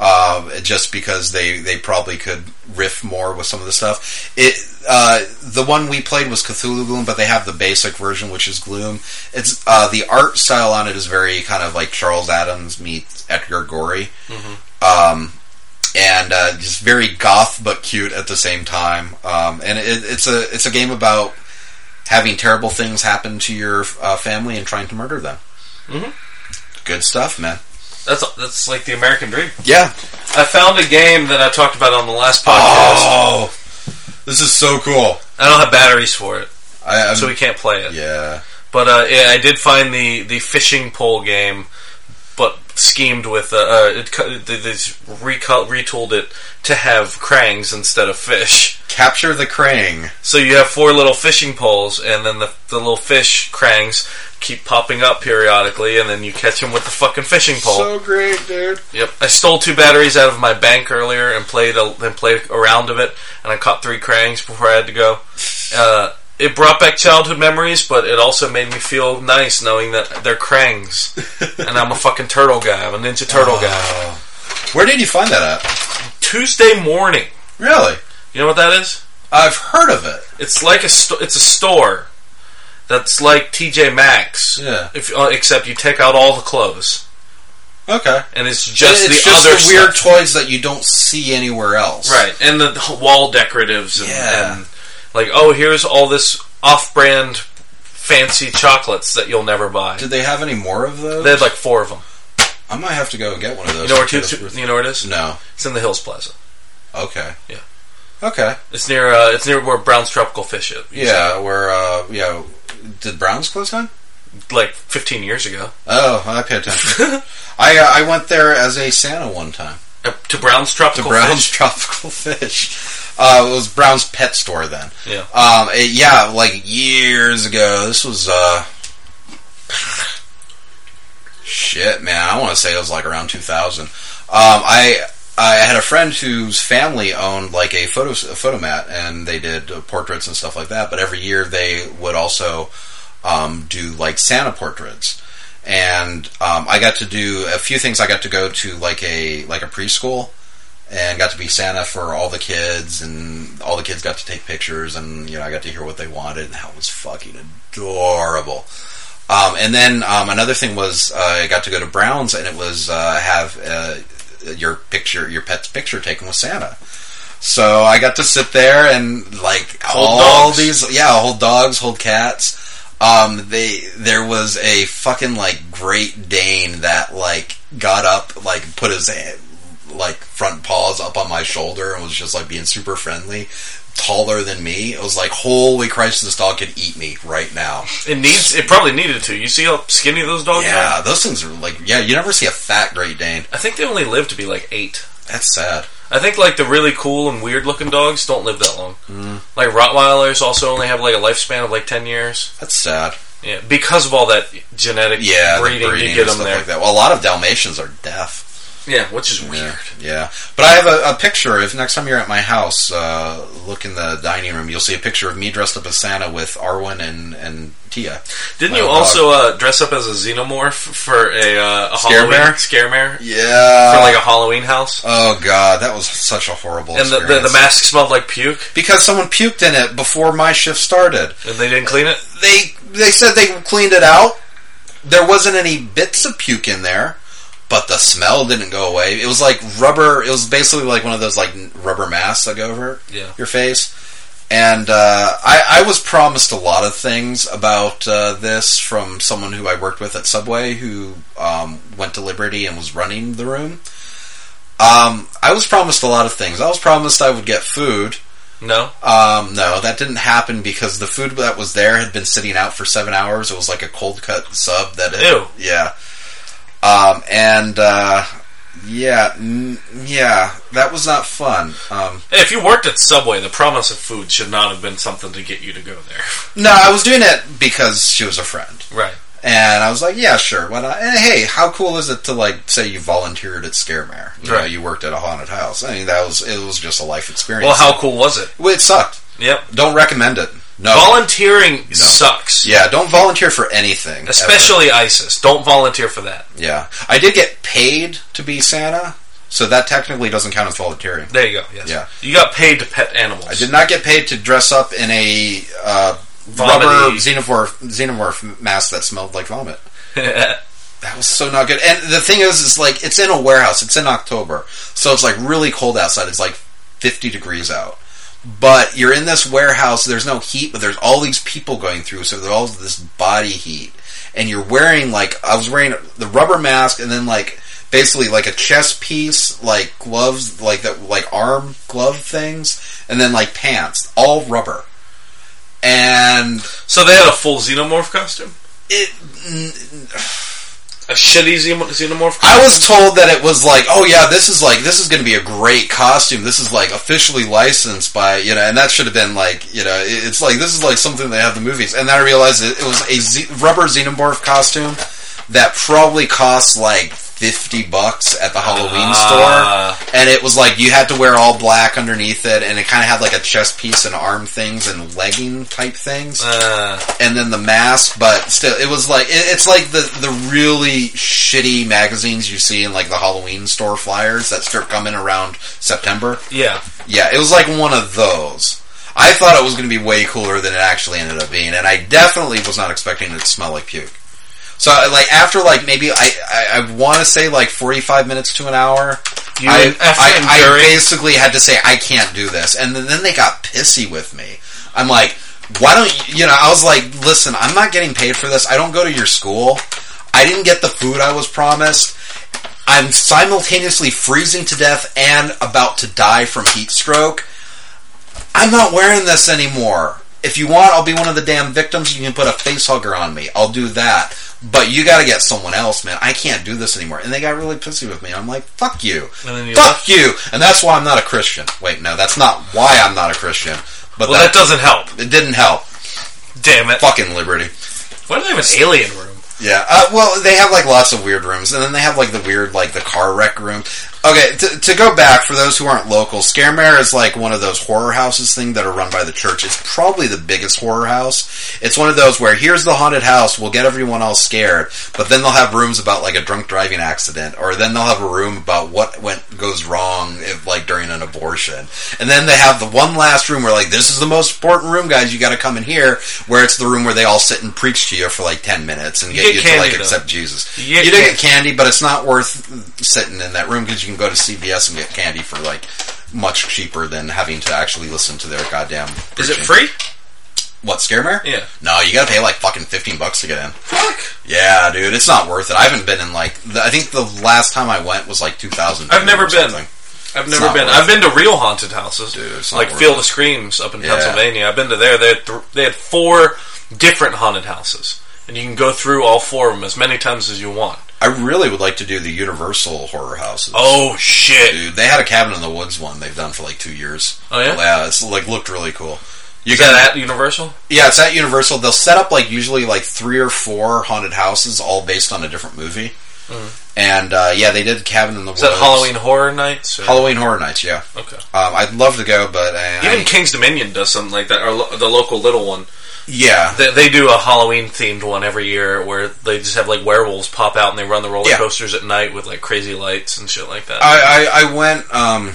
[SPEAKER 2] Um, just because they they probably could riff more with some of the stuff. It uh, the one we played was Cthulhu Gloom, but they have the basic version, which is Gloom. It's uh, the art style on it is very kind of like Charles Adams meets Edgar Gorey, um, and uh, just very goth but cute at the same time. Um, and it, it's a it's a game about having terrible things happen to your uh, family and trying to murder them.
[SPEAKER 1] Mhm.
[SPEAKER 2] Good stuff, man.
[SPEAKER 1] That's, that's like the American dream.
[SPEAKER 2] Yeah.
[SPEAKER 1] I found a game that I talked about on the last podcast.
[SPEAKER 2] Oh, this is so cool.
[SPEAKER 1] I don't have batteries for it,
[SPEAKER 2] I, I'm,
[SPEAKER 1] so we can't play it.
[SPEAKER 2] Um, yeah,
[SPEAKER 1] But uh, yeah, I did find the, the fishing pole game, but schemed with uh, uh, it, co- they they reco- retooled it to have crangs instead of fish.
[SPEAKER 2] capture the Krang.
[SPEAKER 1] So you have four little fishing poles, and then the, the little fish crangs keep popping up periodically, and then you catch them with the fucking fishing pole.
[SPEAKER 2] great, dude.
[SPEAKER 1] Yep. I stole two batteries out of my bank earlier and played a, and played a round of it, and I caught three crangs before I had to go. Uh, it brought back childhood memories, but it also made me feel nice knowing that they're crangs, and I'm a fucking turtle guy. I'm a Ninja
[SPEAKER 2] Ah.
[SPEAKER 1] Turtle guy.
[SPEAKER 2] Oh. Where did you find that at?
[SPEAKER 1] Tuesday morning.
[SPEAKER 2] Really?
[SPEAKER 1] You know what that is?
[SPEAKER 2] I've heard of it.
[SPEAKER 1] It's like a sto- it's a store that's like TJ Maxx,
[SPEAKER 2] Yeah.
[SPEAKER 1] if, uh, except you take out all the clothes,
[SPEAKER 2] Okay.
[SPEAKER 1] and it's just
[SPEAKER 2] it's
[SPEAKER 1] the
[SPEAKER 2] just
[SPEAKER 1] other
[SPEAKER 2] the weird
[SPEAKER 1] stuff.
[SPEAKER 2] toys that you don't see anywhere else.
[SPEAKER 1] Right, and the h- wall decoratives and,
[SPEAKER 2] Yeah.
[SPEAKER 1] and like, oh, here's all this off-brand fancy chocolates that you'll never buy.
[SPEAKER 2] Did they have any more of those?
[SPEAKER 1] They had like four of them.
[SPEAKER 2] I might have to go and get one of those.
[SPEAKER 1] You know where
[SPEAKER 2] Because-
[SPEAKER 1] two, you know where it is?
[SPEAKER 2] No.
[SPEAKER 1] It's in the Hills Plaza.
[SPEAKER 2] Okay.
[SPEAKER 1] Yeah.
[SPEAKER 2] Okay.
[SPEAKER 1] It's near uh, it's near where Brown's Tropical Fish is.
[SPEAKER 2] Yeah. Where? Uh, yeah. Did Browns close down?
[SPEAKER 1] Like 15 years ago.
[SPEAKER 2] Oh, I pay attention. I uh, I went there as a Santa one time.
[SPEAKER 1] Uh, to Brown's
[SPEAKER 2] to
[SPEAKER 1] Tropical
[SPEAKER 2] Brown's
[SPEAKER 1] Fish.
[SPEAKER 2] Tropical Fish. Uh, it was Brown's pet store then.
[SPEAKER 1] Yeah.
[SPEAKER 2] Um, it- yeah, like years ago. This was uh, shit, man. I want to say it was like around 2000. Um, I I had a friend whose family owned like a photo a photo mat, and they did uh, portraits and stuff like that. But every year they would also um, do like Santa portraits. And um, I got to do a few things. I got to go to like a like a preschool and got to be Santa for all the kids, and all the kids got to take pictures, and you know I got to hear what they wanted, and that was fucking adorable. Um, and then um, another thing was uh, I got to go to Brown's, and it was uh, have uh, your picture, your pet's picture taken with Santa. So I got to sit there and like,
[SPEAKER 1] Hold
[SPEAKER 2] all
[SPEAKER 1] dogs.
[SPEAKER 2] these yeah, hold dogs, hold cats. Um, they there was a fucking like Great Dane that like got up like put his eh, like front paws up on my shoulder and was just like being super friendly, taller than me. It was like holy Christ, this dog could eat me right now.
[SPEAKER 1] It needs. It probably needed to. You see how skinny those dogs are.
[SPEAKER 2] Yeah, those things are like yeah, you never see a fat Great Dane.
[SPEAKER 1] I think they only live to be like eight.
[SPEAKER 2] That's sad.
[SPEAKER 1] I think like the really cool and weird looking dogs don't live that long. Like Rottweilers also only have like a lifespan of like ten years.
[SPEAKER 2] That's sad.
[SPEAKER 1] Yeah, because of all that genetic
[SPEAKER 2] Yeah, the
[SPEAKER 1] breeding,
[SPEAKER 2] breeding
[SPEAKER 1] to get
[SPEAKER 2] and
[SPEAKER 1] them
[SPEAKER 2] stuff
[SPEAKER 1] there.
[SPEAKER 2] like that. Well, a lot of Dalmatians are deaf.
[SPEAKER 1] Yeah, which is weird.
[SPEAKER 2] Yeah, yeah. But I have a, a picture. If next time you're at my house, uh, look in the dining room. You'll see a picture of me dressed up as Santa with Arwen and and Tia.
[SPEAKER 1] Didn't
[SPEAKER 2] My
[SPEAKER 1] you
[SPEAKER 2] dog.
[SPEAKER 1] also uh, dress up as a xenomorph for a, uh, a
[SPEAKER 2] Scare
[SPEAKER 1] Halloween
[SPEAKER 2] bear?
[SPEAKER 1] scaremare
[SPEAKER 2] Yeah.
[SPEAKER 1] for like a
[SPEAKER 2] Uh,
[SPEAKER 1] Halloween house?
[SPEAKER 2] oh god, that was such a horrible.
[SPEAKER 1] and the, the, the
[SPEAKER 2] experience.
[SPEAKER 1] mask smelled like puke,
[SPEAKER 2] because someone puked in it before my shift started.
[SPEAKER 1] and they didn't clean it.
[SPEAKER 2] They they said they cleaned it out. There wasn't any bits of puke in there. But the smell didn't go away. It was like rubber. It was basically like one of those like rubber masks that go over.
[SPEAKER 1] Yeah,
[SPEAKER 2] your face. And uh, I, I was promised a lot of things about uh, this from someone who I worked with at Subway who um, went to Liberty and was running the room. Um, I was promised a lot of things. I was promised I would get food.
[SPEAKER 1] no,
[SPEAKER 2] Um, no, that didn't happen because the food that was there had been sitting out for seven hours. It was like a cold cut sub that. Had,
[SPEAKER 1] Ew.
[SPEAKER 2] Yeah. Um, and uh, yeah, n- yeah, that was not fun. Um,
[SPEAKER 1] Hey, if you worked at Subway, the promise of food should not have been something to get you to go there.
[SPEAKER 2] No, I was doing it because she was a friend.
[SPEAKER 1] Right.
[SPEAKER 2] And I was like, yeah, sure, why not? And hey, how cool is it to like say you volunteered at Scaremare? You know,
[SPEAKER 1] Right.
[SPEAKER 2] you worked at a haunted house. I mean, that was it was just a life experience.
[SPEAKER 1] Well, how cool was it?
[SPEAKER 2] Well, it sucked.
[SPEAKER 1] Yep.
[SPEAKER 2] Don't recommend it. No.
[SPEAKER 1] Volunteering sucks.
[SPEAKER 2] yeah, don't volunteer for anything. ever.
[SPEAKER 1] Especially ISIS. Don't volunteer for that.
[SPEAKER 2] Yeah, I did get paid to be Santa, so that technically doesn't count as volunteering.
[SPEAKER 1] There you go. Yes.
[SPEAKER 2] Yeah.
[SPEAKER 1] You got paid to pet animals.
[SPEAKER 2] I did not get paid to dress up in a uh, rubber
[SPEAKER 1] Vomity.
[SPEAKER 2] xenomorph xenomorph mask that smelled like vomit. That was so not good. And the thing is, is like it's in a warehouse. It's in October, so it's like really cold outside. It's like fifty degrees out. But you're in this warehouse. There's no heat, but there's all these people going through. So there's all this body heat, and you're wearing like I was wearing the rubber mask, and then like basically like a chest piece, like gloves, like that, like arm glove things, and then like pants, all rubber. And
[SPEAKER 1] so they had a full xenomorph costume?
[SPEAKER 2] it, n-
[SPEAKER 1] A shitty xeno- xenomorph costume?
[SPEAKER 2] I was told that it was like, oh yeah, this is like this is going to be a great costume. This is like officially licensed by you know, and that should have been like you know, it- it's like this is like something they have in the movies. And then I realized it, it was a ze- rubber xenomorph costume that probably cost like fifty bucks at the Halloween
[SPEAKER 1] Ah.
[SPEAKER 2] store, and it was like you had to wear all black underneath it, and it kind of had like a chest piece and arm things and legging type things
[SPEAKER 1] Uh,
[SPEAKER 2] and then the mask, but still, it was like it, it's like the the really shitty magazines you see in like the Halloween store flyers that start coming around September.
[SPEAKER 1] yeah.
[SPEAKER 2] Yeah, it was like one of those. I thought it was going to be way cooler than it actually ended up being, and I definitely was not expecting it to smell like puke. So, like after like maybe I I, I want to say like forty five minutes to an hour,
[SPEAKER 1] You
[SPEAKER 2] I,
[SPEAKER 1] and F and
[SPEAKER 2] I, I
[SPEAKER 1] Jerry.
[SPEAKER 2] basically had to say I can't do this, and then, then they got pissy with me. I'm like, why don't you? You know, I was like, listen, I'm not getting paid for this. I don't go to your school. I didn't get the food I was promised. I'm simultaneously freezing to death and about to die from heat stroke. I'm not wearing this anymore. If you want, I'll be one of the damn victims. You can put a face hugger on me. I'll do that. But you gotta get someone else, man. I can't do this anymore. And they got really pissy with me. I'm like, fuck you.
[SPEAKER 1] And then you left.
[SPEAKER 2] fuck you. And that's why I'm not a Christian. Wait, no, that's not why I'm not a Christian. But
[SPEAKER 1] Well, that
[SPEAKER 2] that,
[SPEAKER 1] doesn't help.
[SPEAKER 2] it didn't help.
[SPEAKER 1] Damn it.
[SPEAKER 2] Fucking liberty.
[SPEAKER 1] Why do they have an alien room?
[SPEAKER 2] Yeah. Uh, well, they have like lots of weird rooms, and then they have like the weird like the car wreck room. Okay, to, to go back for those who aren't local, Scaremare is like one of those horror houses thing that are run by the church. It's probably the biggest horror house. It's one of those where here's the haunted house, we'll get everyone all scared, but then they'll have rooms about like a drunk driving accident, or then they'll have a room about what went goes wrong if, like during an abortion, and then they have the one last room where like this is the most important room, guys. You got to come in here, where it's the room where they all sit and preach to you for like ten minutes and get
[SPEAKER 1] get
[SPEAKER 2] you
[SPEAKER 1] candy,
[SPEAKER 2] to like
[SPEAKER 1] though.
[SPEAKER 2] accept Jesus.
[SPEAKER 1] You get
[SPEAKER 2] you do get candy, but it's not worth sitting in that room because you can go to CVS and get candy for like much cheaper than having to actually listen to their goddamn.
[SPEAKER 1] Is it
[SPEAKER 2] preaching.
[SPEAKER 1] free?
[SPEAKER 2] What Scaremare?
[SPEAKER 1] Yeah.
[SPEAKER 2] No, you gotta pay like fucking fifteen bucks to get in.
[SPEAKER 1] Fuck.
[SPEAKER 2] Yeah, dude, it's not worth it. I haven't been in like th- I think the last time I went was like 2000.
[SPEAKER 1] I've never been. I've
[SPEAKER 2] It's
[SPEAKER 1] never
[SPEAKER 2] not
[SPEAKER 1] been.
[SPEAKER 2] worth
[SPEAKER 1] I've been to real haunted houses,
[SPEAKER 2] Dude, it's not
[SPEAKER 1] like
[SPEAKER 2] worth
[SPEAKER 1] Field
[SPEAKER 2] it.
[SPEAKER 1] of Screams up in
[SPEAKER 2] Yeah.
[SPEAKER 1] Pennsylvania. I've been to there. They had th- they had four different haunted houses, and you can go through all four of them as many times as you want.
[SPEAKER 2] I really would like to do the Universal horror houses.
[SPEAKER 1] Oh shit!
[SPEAKER 2] dude, they had a cabin in the woods one they've done for like two years.
[SPEAKER 1] Oh, yeah?
[SPEAKER 2] yeah, it's like looked really cool. You
[SPEAKER 1] Is that at Universal?
[SPEAKER 2] Yeah, it's at Universal. They'll set up like usually like three or four haunted houses, all based on a different movie. And uh, yeah, they did Cabin in the
[SPEAKER 1] Mm. Is
[SPEAKER 2] Woods.
[SPEAKER 1] that Halloween Horror Nights? or-
[SPEAKER 2] Halloween Horror Nights. Yeah,
[SPEAKER 1] Okay.
[SPEAKER 2] um, I'd love to go, but uh,
[SPEAKER 1] Even
[SPEAKER 2] I-
[SPEAKER 1] King's Dominion does something like that, or lo- the local little one.
[SPEAKER 2] yeah,
[SPEAKER 1] They, they do a Halloween themed one every year where they just have like werewolves pop out and they run the roller
[SPEAKER 2] Yeah. Uh,
[SPEAKER 1] coasters at night with like crazy lights and shit like that.
[SPEAKER 2] I, I, I went um,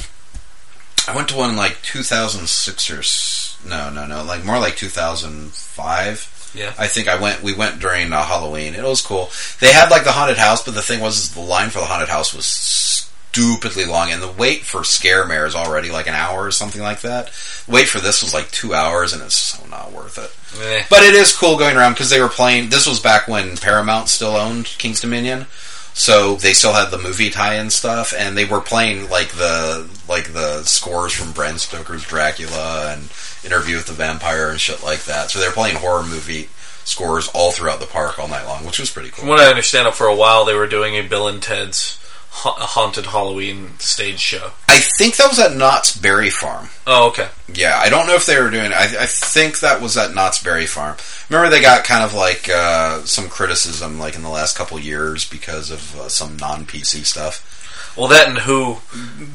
[SPEAKER 2] I went to one in, like 2006 or s- no no no like more like 2005.
[SPEAKER 1] Yeah.
[SPEAKER 2] I think I went. We went during uh, Halloween. It was cool. They had like the haunted house, but the thing was, is the line for the haunted house was stupidly long, and the wait for Scaremare is already like an hour or something like that. Wait for this was like two hours, and it's so not worth it.
[SPEAKER 1] Eh.
[SPEAKER 2] But it is cool going around because they were playing. This was back when Paramount still owned King's Dominion, so they still had the movie tie-in stuff, and they were playing like the like the scores from Bram Stoker's Dracula and Interview with the Vampire and shit like that. So they were playing horror movie scores all throughout the park all night long, which was pretty
[SPEAKER 1] From
[SPEAKER 2] cool.
[SPEAKER 1] what I understand, for a while they were doing a Bill and Ted's ha- haunted Halloween stage show.
[SPEAKER 2] I think that was at Knott's Berry Farm.
[SPEAKER 1] Oh, okay.
[SPEAKER 2] Yeah, I don't know if they were doing. I, I think that was at Knott's Berry Farm. Remember, they got kind of like uh, some criticism, like in the last couple years, because of uh, some non PC stuff.
[SPEAKER 1] Well, that and who?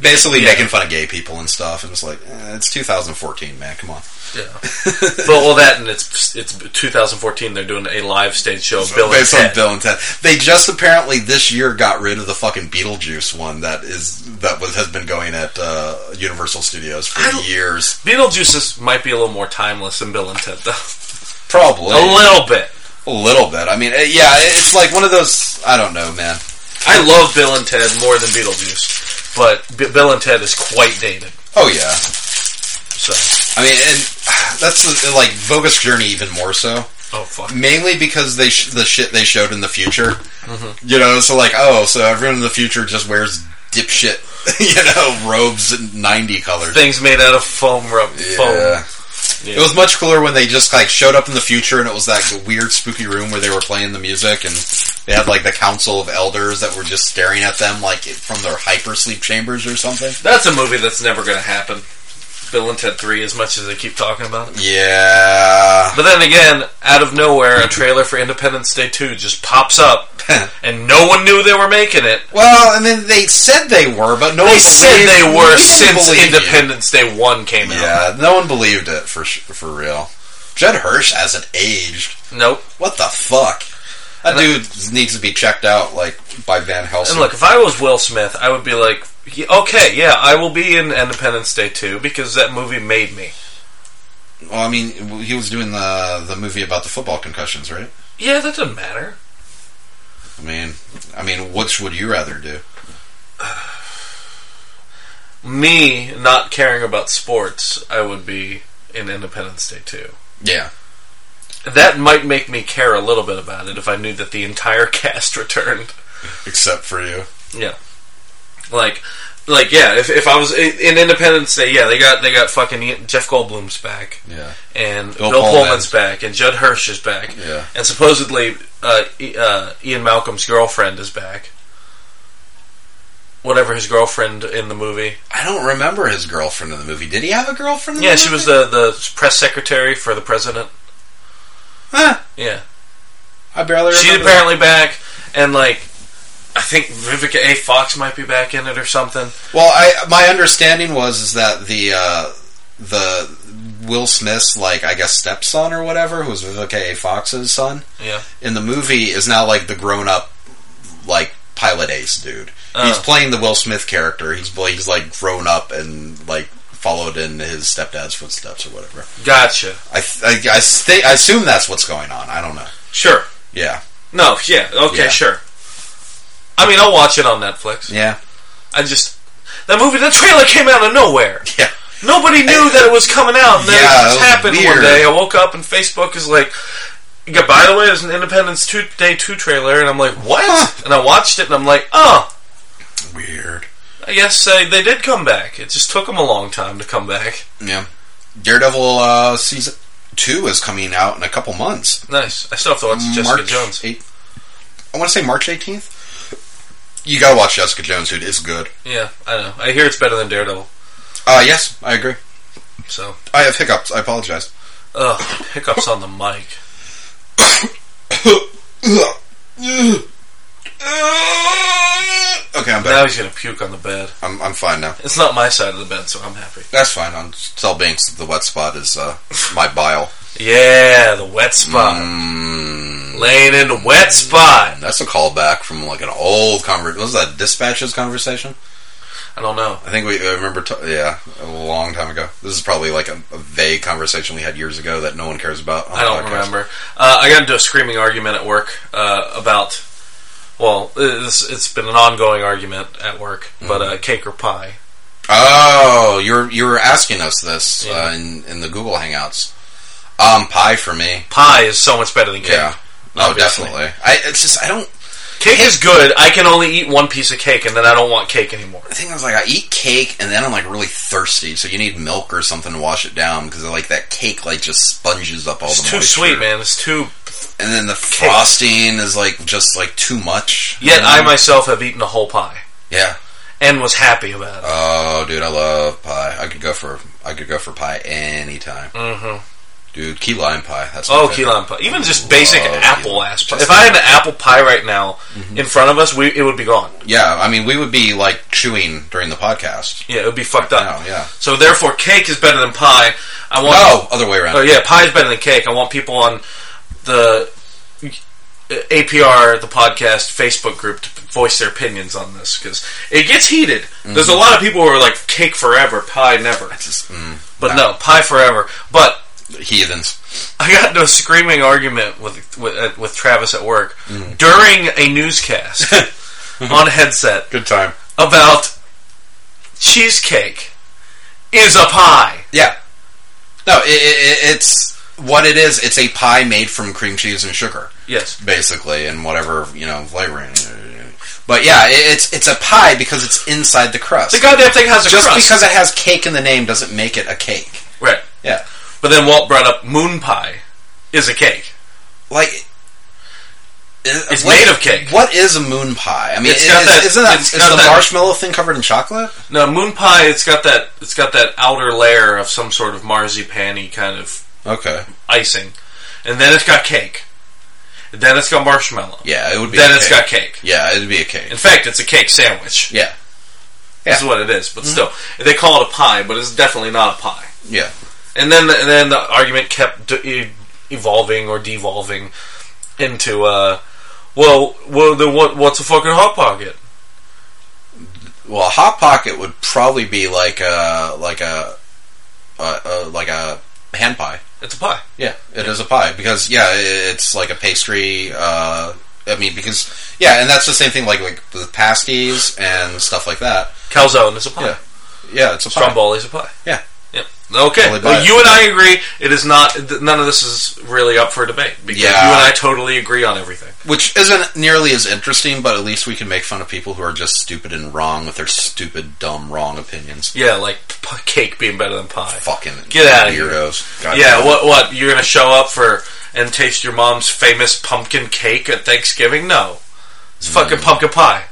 [SPEAKER 2] Basically,
[SPEAKER 1] Yeah.
[SPEAKER 2] making fun of gay people and stuff. And it's like, eh, it's 2014, man. Come on.
[SPEAKER 1] Yeah. but well, that and it's it's 2014. They're doing a live stage show. of Bill and
[SPEAKER 2] Based on
[SPEAKER 1] Ted.
[SPEAKER 2] Bill and Ted. They just apparently this year got rid of the fucking Beetlejuice one that is that was has been going at uh, Universal Studios for
[SPEAKER 1] I-
[SPEAKER 2] years.
[SPEAKER 1] Beetlejuice is, might be a little more timeless than Bill and Ted, though.
[SPEAKER 2] Probably
[SPEAKER 1] a little bit.
[SPEAKER 2] A little bit. I mean, eh, yeah, it's like one of those. I don't know, man.
[SPEAKER 1] I love Bill and Ted more than Beetlejuice, but B- Bill and Ted is quite dated.
[SPEAKER 2] Oh yeah.
[SPEAKER 1] So,
[SPEAKER 2] I mean, and that's the, like Vogus Journey even more so,
[SPEAKER 1] oh fuck.
[SPEAKER 2] mainly because they sh- the shit they showed in the future. You know, so like, oh, so everyone in the future just wears dipshit, you know, robes in ninety colors.
[SPEAKER 1] Things made out of foam rub.
[SPEAKER 2] Yeah.
[SPEAKER 1] Foam.
[SPEAKER 2] It was much cooler when they just like showed up in the future and it was that weird spooky room where they were playing the music and they had like the council of elders that were just staring at them like from their hypersleep chambers or something.
[SPEAKER 1] That's a movie that's never going to happen. Bill and Ted 3, as much as they keep talking about it.
[SPEAKER 2] Yeah.
[SPEAKER 1] But then again, out of nowhere, a trailer for Independence Day 2 just pops up, and no one knew they were making it.
[SPEAKER 2] Well, and then they said they were, but no
[SPEAKER 1] They
[SPEAKER 2] one
[SPEAKER 1] said
[SPEAKER 2] believed-
[SPEAKER 1] they
[SPEAKER 2] we
[SPEAKER 1] were
[SPEAKER 2] didn't
[SPEAKER 1] since
[SPEAKER 2] believe you.
[SPEAKER 1] Independence Day 1 came out.
[SPEAKER 2] Yeah, no one believed it for sh- for real. Jed Hirsch hasn't aged.
[SPEAKER 1] Nope.
[SPEAKER 2] What the fuck? That dude needs to be checked out, like by Van Helsing.
[SPEAKER 1] And look, if I was Will Smith, I would be like, "Yeah, okay, yeah, I will be in Independence Day 2 because that movie made me.
[SPEAKER 2] well, I mean, he was doing the the movie about the football concussions, right?
[SPEAKER 1] Yeah, that doesn't matter.
[SPEAKER 2] I mean, I mean, which would you rather do?
[SPEAKER 1] Me not caring about sports, I would be in Independence Day 2.
[SPEAKER 2] Yeah,
[SPEAKER 1] That might make me care a little bit about it if I knew that the entire cast returned.
[SPEAKER 2] except for you.
[SPEAKER 1] Yeah. Like, like yeah. If, if I was in in Independence Day, yeah, they got they got fucking Ian- Jeff Goldblum's back
[SPEAKER 2] Yeah,
[SPEAKER 1] and Bill,
[SPEAKER 2] Bill
[SPEAKER 1] Pullman's,
[SPEAKER 2] Pullman's.
[SPEAKER 1] back and Judd Hirsch is back.
[SPEAKER 2] Yeah.
[SPEAKER 1] And supposedly uh, I- uh, Ian Malcolm's girlfriend is back. Whatever his girlfriend in the movie.
[SPEAKER 2] I don't remember his girlfriend in the movie. Did he have a girlfriend? In
[SPEAKER 1] Yeah,
[SPEAKER 2] the
[SPEAKER 1] she
[SPEAKER 2] movie?
[SPEAKER 1] was the the press secretary for the president.
[SPEAKER 2] Huh,
[SPEAKER 1] Yeah.
[SPEAKER 2] I barely.
[SPEAKER 1] She's
[SPEAKER 2] remember
[SPEAKER 1] apparently back, and like, I think Vivica A. Fox might be back in it or something.
[SPEAKER 2] Well, I my understanding was is that the uh, the Will Smith's like I guess stepson or whatever, who's Vivica A. Fox's son
[SPEAKER 1] Yeah.
[SPEAKER 2] in the movie, is now like the grown up like pilot ace dude. He's
[SPEAKER 1] Oh.
[SPEAKER 2] playing the Will Smith character. He's he's like grown up and like followed in his stepdad's footsteps or whatever.
[SPEAKER 1] Gotcha.
[SPEAKER 2] I I I, th- I assume that's what's going on. I don't know.
[SPEAKER 1] Sure.
[SPEAKER 2] Yeah,
[SPEAKER 1] No. Yeah. Okay.
[SPEAKER 2] Yeah.
[SPEAKER 1] Sure. I mean, I'll watch it on Netflix.
[SPEAKER 2] yeah.
[SPEAKER 1] I just That movie, the trailer came out of nowhere.
[SPEAKER 2] Yeah.
[SPEAKER 1] Nobody knew that it was coming out, and then
[SPEAKER 2] Yeah,
[SPEAKER 1] it
[SPEAKER 2] it was
[SPEAKER 1] just happened one
[SPEAKER 2] weird.
[SPEAKER 1] day. I woke up and Facebook is like, "Yeah, by the way, there's an Independence Two Day Two trailer," and I'm like, "What?" And I watched it, and I'm like, "Oh,
[SPEAKER 2] Weird.
[SPEAKER 1] I guess uh, they did come back. It just took them a long time to come back."
[SPEAKER 2] Yeah. Daredevil uh, season two is coming out in a couple months.
[SPEAKER 1] Nice. I still have to watch Jessica Jones.
[SPEAKER 2] eight- I want to say March 18th. You gotta watch Jessica Jones, dude. It's good.
[SPEAKER 1] Yeah, I know. I hear it's better than Daredevil.
[SPEAKER 2] Uh, yes, I agree.
[SPEAKER 1] So,
[SPEAKER 2] I have hiccups. I apologize.
[SPEAKER 1] ugh, hiccups on the mic.
[SPEAKER 2] okay,
[SPEAKER 1] Now
[SPEAKER 2] I'm back.
[SPEAKER 1] he's gonna puke on the bed.
[SPEAKER 2] I'm, I'm fine now.
[SPEAKER 1] It's not my side of the bed, so I'm happy.
[SPEAKER 2] That's fine. On Cell Banks, the wet spot is uh, my bile.
[SPEAKER 1] Yeah, the wet spot.
[SPEAKER 2] Mm,
[SPEAKER 1] Laying in the wet spot.
[SPEAKER 2] that's a callback from like an old conversation. Was that dispatches conversation?
[SPEAKER 1] I don't know.
[SPEAKER 2] I think we I remember. T- yeah, a long time ago. This is probably like a, a vague conversation we had years ago that no one cares about. on
[SPEAKER 1] I
[SPEAKER 2] the
[SPEAKER 1] don't
[SPEAKER 2] podcast.
[SPEAKER 1] remember. Uh, I got into a screaming argument at work uh, about. Well, it's, it's been an ongoing argument at work, but
[SPEAKER 2] Mm-hmm.
[SPEAKER 1] uh, cake or pie.
[SPEAKER 2] Oh, you were you were asking us this
[SPEAKER 1] Yeah.
[SPEAKER 2] uh, in in the Google Hangouts. Um, pie for me.
[SPEAKER 1] Pie is so much better than cake.
[SPEAKER 2] Yeah. No,
[SPEAKER 1] Obviously.
[SPEAKER 2] definitely. I it's just I don't.
[SPEAKER 1] Cake is good. I can only eat one piece of cake, and then I don't want cake anymore.
[SPEAKER 2] The thing is, like, I eat cake and then I'm like really thirsty, so you need milk or something to wash it down because like that cake like just sponges up all
[SPEAKER 1] It's
[SPEAKER 2] the
[SPEAKER 1] too
[SPEAKER 2] moisture.
[SPEAKER 1] sweet, man. It's too.
[SPEAKER 2] And then the frosting is like just like too much.
[SPEAKER 1] Yet I myself have eaten a whole pie
[SPEAKER 2] Yeah.
[SPEAKER 1] and was happy about it.
[SPEAKER 2] Oh, dude, I love pie. I could go for I could go for pie anytime,
[SPEAKER 1] hmm
[SPEAKER 2] dude. Key lime pie. That's my
[SPEAKER 1] Oh,
[SPEAKER 2] favorite.
[SPEAKER 1] key lime pie. Even just basic
[SPEAKER 2] Love
[SPEAKER 1] apple
[SPEAKER 2] key-
[SPEAKER 1] ass pie.
[SPEAKER 2] just-
[SPEAKER 1] If
[SPEAKER 2] Mm-hmm.
[SPEAKER 1] I had an apple pie right now in front of us, we it would be gone.
[SPEAKER 2] Yeah, I mean, we would be like chewing during the podcast.
[SPEAKER 1] Yeah, it would be fucked up.
[SPEAKER 2] Oh, yeah.
[SPEAKER 1] So therefore, cake is better than pie. I want.
[SPEAKER 2] Oh, other way around.
[SPEAKER 1] Oh, yeah, pie is better than cake. I want people on the uh, APR, the podcast Facebook group, to voice their opinions on this because it gets heated. There's
[SPEAKER 2] Mm-hmm.
[SPEAKER 1] a lot of people who are like cake forever, pie never.
[SPEAKER 2] mm.
[SPEAKER 1] but no, pie forever. But
[SPEAKER 2] Heathens.
[SPEAKER 1] I got into a screaming argument with with, uh, with Travis at work
[SPEAKER 2] Mm-hmm.
[SPEAKER 1] during a newscast on headset
[SPEAKER 2] Good time.
[SPEAKER 1] about cheesecake is a pie.
[SPEAKER 2] Yeah. No, i i i it's what it is. It's a pie made from cream cheese and sugar,
[SPEAKER 1] Yes.
[SPEAKER 2] basically, and whatever you know flavoring. But yeah, i it's it's a pie because it's inside the crust.
[SPEAKER 1] The goddamn thing has a
[SPEAKER 2] Just
[SPEAKER 1] crust.
[SPEAKER 2] because it has cake in the name doesn't make it a cake.
[SPEAKER 1] right.
[SPEAKER 2] Yeah,
[SPEAKER 1] But then Walt brought up moon pie is a cake.
[SPEAKER 2] like.
[SPEAKER 1] It's made of cake.
[SPEAKER 2] What is a moon pie? I mean,
[SPEAKER 1] It's
[SPEAKER 2] is,
[SPEAKER 1] got that-
[SPEAKER 2] isn't that
[SPEAKER 1] it's
[SPEAKER 2] is
[SPEAKER 1] got
[SPEAKER 2] the
[SPEAKER 1] that-
[SPEAKER 2] marshmallow thing covered in chocolate?
[SPEAKER 1] No, moon pie it's got that it's got that outer layer of some sort of marzipan kind of
[SPEAKER 2] Okay.
[SPEAKER 1] icing. And then it's got cake. And then it's got marshmallow.
[SPEAKER 2] Yeah, it would be.
[SPEAKER 1] Then
[SPEAKER 2] a
[SPEAKER 1] it's
[SPEAKER 2] cake.
[SPEAKER 1] got cake.
[SPEAKER 2] Yeah, it'd be a cake.
[SPEAKER 1] In fact, it's a cake sandwich.
[SPEAKER 2] Yeah,
[SPEAKER 1] That's what it is. But
[SPEAKER 2] Mm-hmm.
[SPEAKER 1] still, they call it a pie, but it's definitely not a pie.
[SPEAKER 2] yeah.
[SPEAKER 1] And then, and then the argument kept d- e- evolving or devolving into, uh, well, well, then what? What's a fucking hot pocket?
[SPEAKER 2] Well, a hot pocket would probably be like a like a, a, a like a hand pie.
[SPEAKER 1] It's a pie.
[SPEAKER 2] Yeah, it is a pie because yeah, i- it's like a pastry. Uh, I mean, because yeah, and that's the same thing like like the pasties and stuff like that.
[SPEAKER 1] Calzone is a pie.
[SPEAKER 2] Yeah. Yeah, it's a pie.
[SPEAKER 1] Stromboli is a pie.
[SPEAKER 2] Yeah.
[SPEAKER 1] Yep. Okay.
[SPEAKER 2] Totally buy
[SPEAKER 1] well,
[SPEAKER 2] it.
[SPEAKER 1] you and I agree. It is not. th- None of this is really up for debate because
[SPEAKER 2] Yeah.
[SPEAKER 1] you and I totally agree on everything.
[SPEAKER 2] which isn't nearly as interesting, but at least we can make fun of people who are just stupid and wrong with their stupid, dumb, wrong opinions.
[SPEAKER 1] Yeah, like p- cake being better than pie.
[SPEAKER 2] Fucking
[SPEAKER 1] Get outta here.
[SPEAKER 2] weirdos. God
[SPEAKER 1] Yeah,
[SPEAKER 2] damn.
[SPEAKER 1] what what you're gonna show up for and taste your mom's famous pumpkin cake at Thanksgiving? No, it's
[SPEAKER 2] Mm.
[SPEAKER 1] fucking pumpkin pie.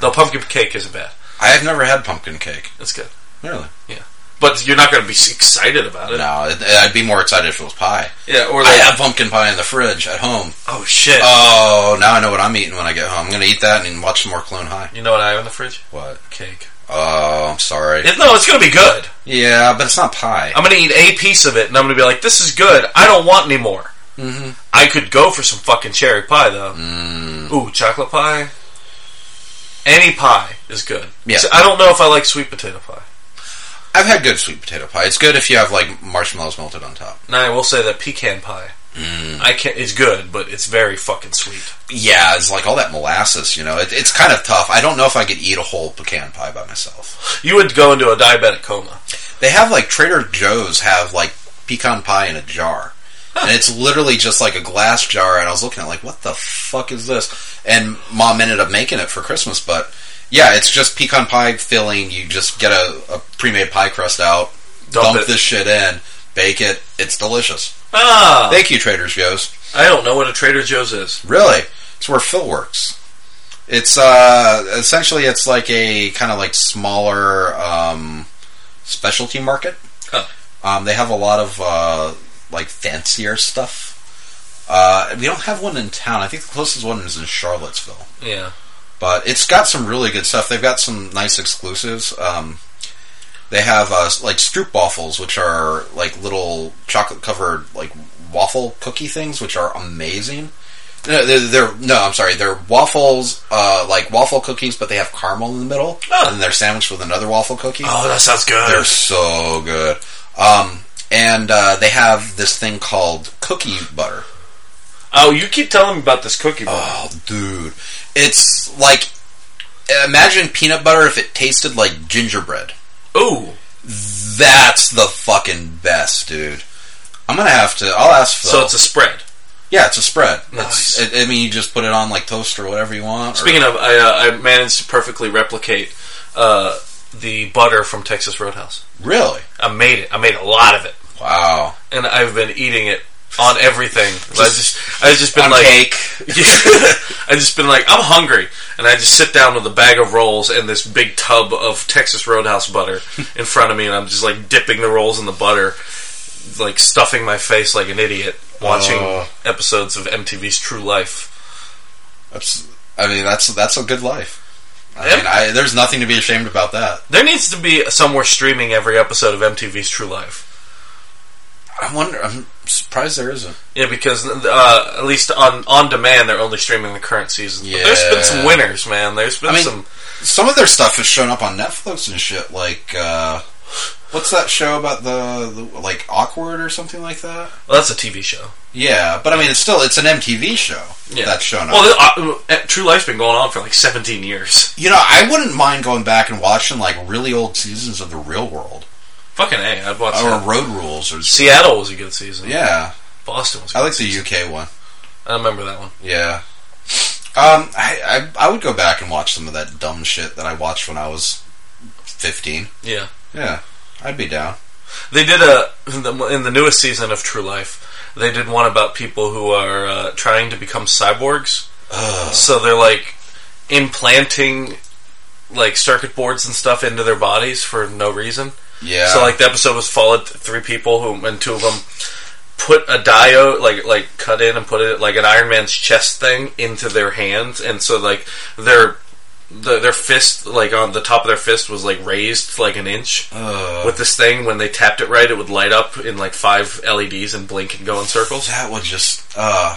[SPEAKER 1] Though pumpkin cake isn't bad.
[SPEAKER 2] I have never had pumpkin cake.
[SPEAKER 1] It's good,
[SPEAKER 2] Really?
[SPEAKER 1] but you're not gonna be s- excited about it.
[SPEAKER 2] No, it- I'd be more excited if it was pie.
[SPEAKER 1] Yeah, or
[SPEAKER 2] I
[SPEAKER 1] like,
[SPEAKER 2] have pumpkin pie in the fridge at home.
[SPEAKER 1] oh shit,
[SPEAKER 2] Oh, now I know what I'm eating when I get home. I'm gonna eat that and watch some more Clone High.
[SPEAKER 1] you know what I have in the fridge?
[SPEAKER 2] What?
[SPEAKER 1] Cake.
[SPEAKER 2] Oh, I'm sorry.
[SPEAKER 1] It- no, it's gonna be good.
[SPEAKER 2] Yeah, but it's not pie.
[SPEAKER 1] I'm gonna eat a piece of it, and I'm gonna be like, "This is good. I don't want any more."
[SPEAKER 2] Mm-hmm.
[SPEAKER 1] I could go for some fucking cherry pie though. Ooh, chocolate pie. Any pie is good.
[SPEAKER 2] Yeah.
[SPEAKER 1] So I don't know if I like sweet potato pie.
[SPEAKER 2] I've had good sweet potato pie. It's good if you have like marshmallows melted on top.
[SPEAKER 1] Now I will say that pecan pie I can't. It's good, but it's very fucking sweet.
[SPEAKER 2] Yeah, it's like all that molasses, you know. It, it's kind of tough. I don't know if I could eat a whole pecan pie by myself.
[SPEAKER 1] You would go into a diabetic coma.
[SPEAKER 2] They have like Trader Joe's have like pecan pie in a jar. And it's literally just like a glass jar and I was looking at it like what the fuck is this? And mom ended up making it for Christmas, but yeah, it's just pecan pie filling. You just get a, a pre-made pie crust out,
[SPEAKER 1] Dump
[SPEAKER 2] dump,
[SPEAKER 1] it.
[SPEAKER 2] this shit in, bake it. It's delicious.
[SPEAKER 1] Ah,
[SPEAKER 2] Thank you, Trader Joe's.
[SPEAKER 1] I don't know what a Trader Joe's is.
[SPEAKER 2] Really? It's where Phil works. It's uh essentially it's like a kind of like smaller um, specialty market.
[SPEAKER 1] Oh.
[SPEAKER 2] Um, they have a lot of uh, like fancier stuff. Uh, we don't have one in town. I think the closest one is in Charlottesville,
[SPEAKER 1] Yeah,
[SPEAKER 2] but it's got some really good stuff. They've got some nice exclusives. Um, they have uh, like stroopwafels, which are like little chocolate covered like waffle cookie things, which are amazing. No, they're, they're no, I'm sorry. They're waffles, uh, like waffle cookies, but they have caramel in the middle,
[SPEAKER 1] Ah.
[SPEAKER 2] and they're sandwiched with another waffle cookie.
[SPEAKER 1] Oh, that sounds good.
[SPEAKER 2] They're so good. Um, and uh, they have this thing called cookie butter.
[SPEAKER 1] oh, you keep telling me about this cookie. bar.
[SPEAKER 2] Oh, dude, it's like imagine peanut butter if it tasted like gingerbread.
[SPEAKER 1] Ooh,
[SPEAKER 2] That's the fucking best, dude. I'm gonna have to. I'll ask Phil.
[SPEAKER 1] so it's a spread.
[SPEAKER 2] yeah, it's a spread.
[SPEAKER 1] Nice.
[SPEAKER 2] It's, I I mean, you just put it on like toast or whatever you want. or-
[SPEAKER 1] Speaking of, I, uh, I managed to perfectly replicate uh, the butter from Texas Roadhouse.
[SPEAKER 2] really,
[SPEAKER 1] I made it. I made a lot of it,
[SPEAKER 2] wow.
[SPEAKER 1] and I've been eating it on everything. I just, I just been
[SPEAKER 2] On
[SPEAKER 1] like,
[SPEAKER 2] cake.
[SPEAKER 1] I just been like, I'm hungry, and I just sit down with a bag of rolls and this big tub of Texas Roadhouse butter in front of me, and I'm just like dipping the rolls in the butter, like stuffing my face like an idiot, watching
[SPEAKER 2] Oh.
[SPEAKER 1] episodes of MTV's True Life.
[SPEAKER 2] That's, I mean, that's that's a good life. I
[SPEAKER 1] Yep.
[SPEAKER 2] mean, I, there's nothing to be ashamed about that.
[SPEAKER 1] There needs to be somewhere streaming every episode of MTV's True Life.
[SPEAKER 2] I wonder. I'm surprised there isn't.
[SPEAKER 1] Yeah, because uh, at least on on demand, they're only streaming the current season. But there's been some
[SPEAKER 2] Yeah.
[SPEAKER 1] winners, man. There's been
[SPEAKER 2] I mean-
[SPEAKER 1] some.
[SPEAKER 2] Some of their stuff has shown up on Netflix and shit. Like, uh, what's that show about the, the like awkward or something like that?
[SPEAKER 1] Well, that's a TV show.
[SPEAKER 2] Yeah, but I mean, it's still it's an MTV show
[SPEAKER 1] Yeah.
[SPEAKER 2] that's shown up.
[SPEAKER 1] Well, the, uh, True Life's been going on for like 17 years.
[SPEAKER 2] you know, I wouldn't mind going back and watching like really old seasons of The Real World
[SPEAKER 1] Fucking a, I'd watch that.
[SPEAKER 2] or Road Rules or
[SPEAKER 1] Seattle was a good season.
[SPEAKER 2] Oh. yeah.
[SPEAKER 1] Boston was. A
[SPEAKER 2] I
[SPEAKER 1] good
[SPEAKER 2] like the
[SPEAKER 1] season.
[SPEAKER 2] UK one.
[SPEAKER 1] I remember that one.
[SPEAKER 2] Yeah. Um, I, I I would go back and watch some of that dumb shit that I watched when I was fifteen.
[SPEAKER 1] Yeah,
[SPEAKER 2] Yeah, I'd be down.
[SPEAKER 1] they did a in the, in the newest season of True Life. They did one about people who are uh, trying to become cyborgs.
[SPEAKER 2] Ugh.
[SPEAKER 1] So they're like implanting like circuit boards and stuff into their bodies for no reason.
[SPEAKER 2] Yeah.
[SPEAKER 1] So like the episode was followed three people who and two of them put a diode like like cut in and put it like an Iron Man's chest thing into their hands, and so like their the, their fist like on the top of their fist was like raised like an inch
[SPEAKER 2] Ugh.
[SPEAKER 1] with this thing. When they tapped it right, it would light up in like five LEDs and blink and go in circles.
[SPEAKER 2] That would just uh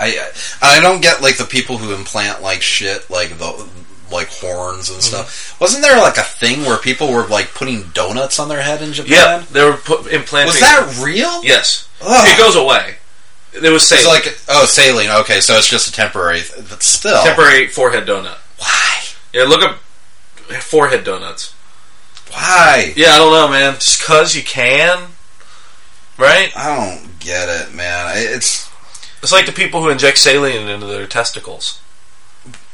[SPEAKER 2] I I I don't get like the people who implant like shit like the like horns
[SPEAKER 1] Mm-hmm.
[SPEAKER 2] and stuff. Wasn't there like a thing where people were like putting donuts on their head in
[SPEAKER 1] Yeah,
[SPEAKER 2] Japan?
[SPEAKER 1] they were put, implanting.
[SPEAKER 2] Was that real?
[SPEAKER 1] Yes,
[SPEAKER 2] Ugh.
[SPEAKER 1] it goes away. It was
[SPEAKER 2] It's
[SPEAKER 1] safe. Like
[SPEAKER 2] like oh saline. Okay, so it's just a temporary. Th- but still,
[SPEAKER 1] temporary forehead donut.
[SPEAKER 2] why?
[SPEAKER 1] Yeah, look up forehead donuts.
[SPEAKER 2] Why?
[SPEAKER 1] Yeah, I don't know, man. Just cause you can, right?
[SPEAKER 2] I don't get it, man. I- It's
[SPEAKER 1] It's like the people who inject saline into their testicles,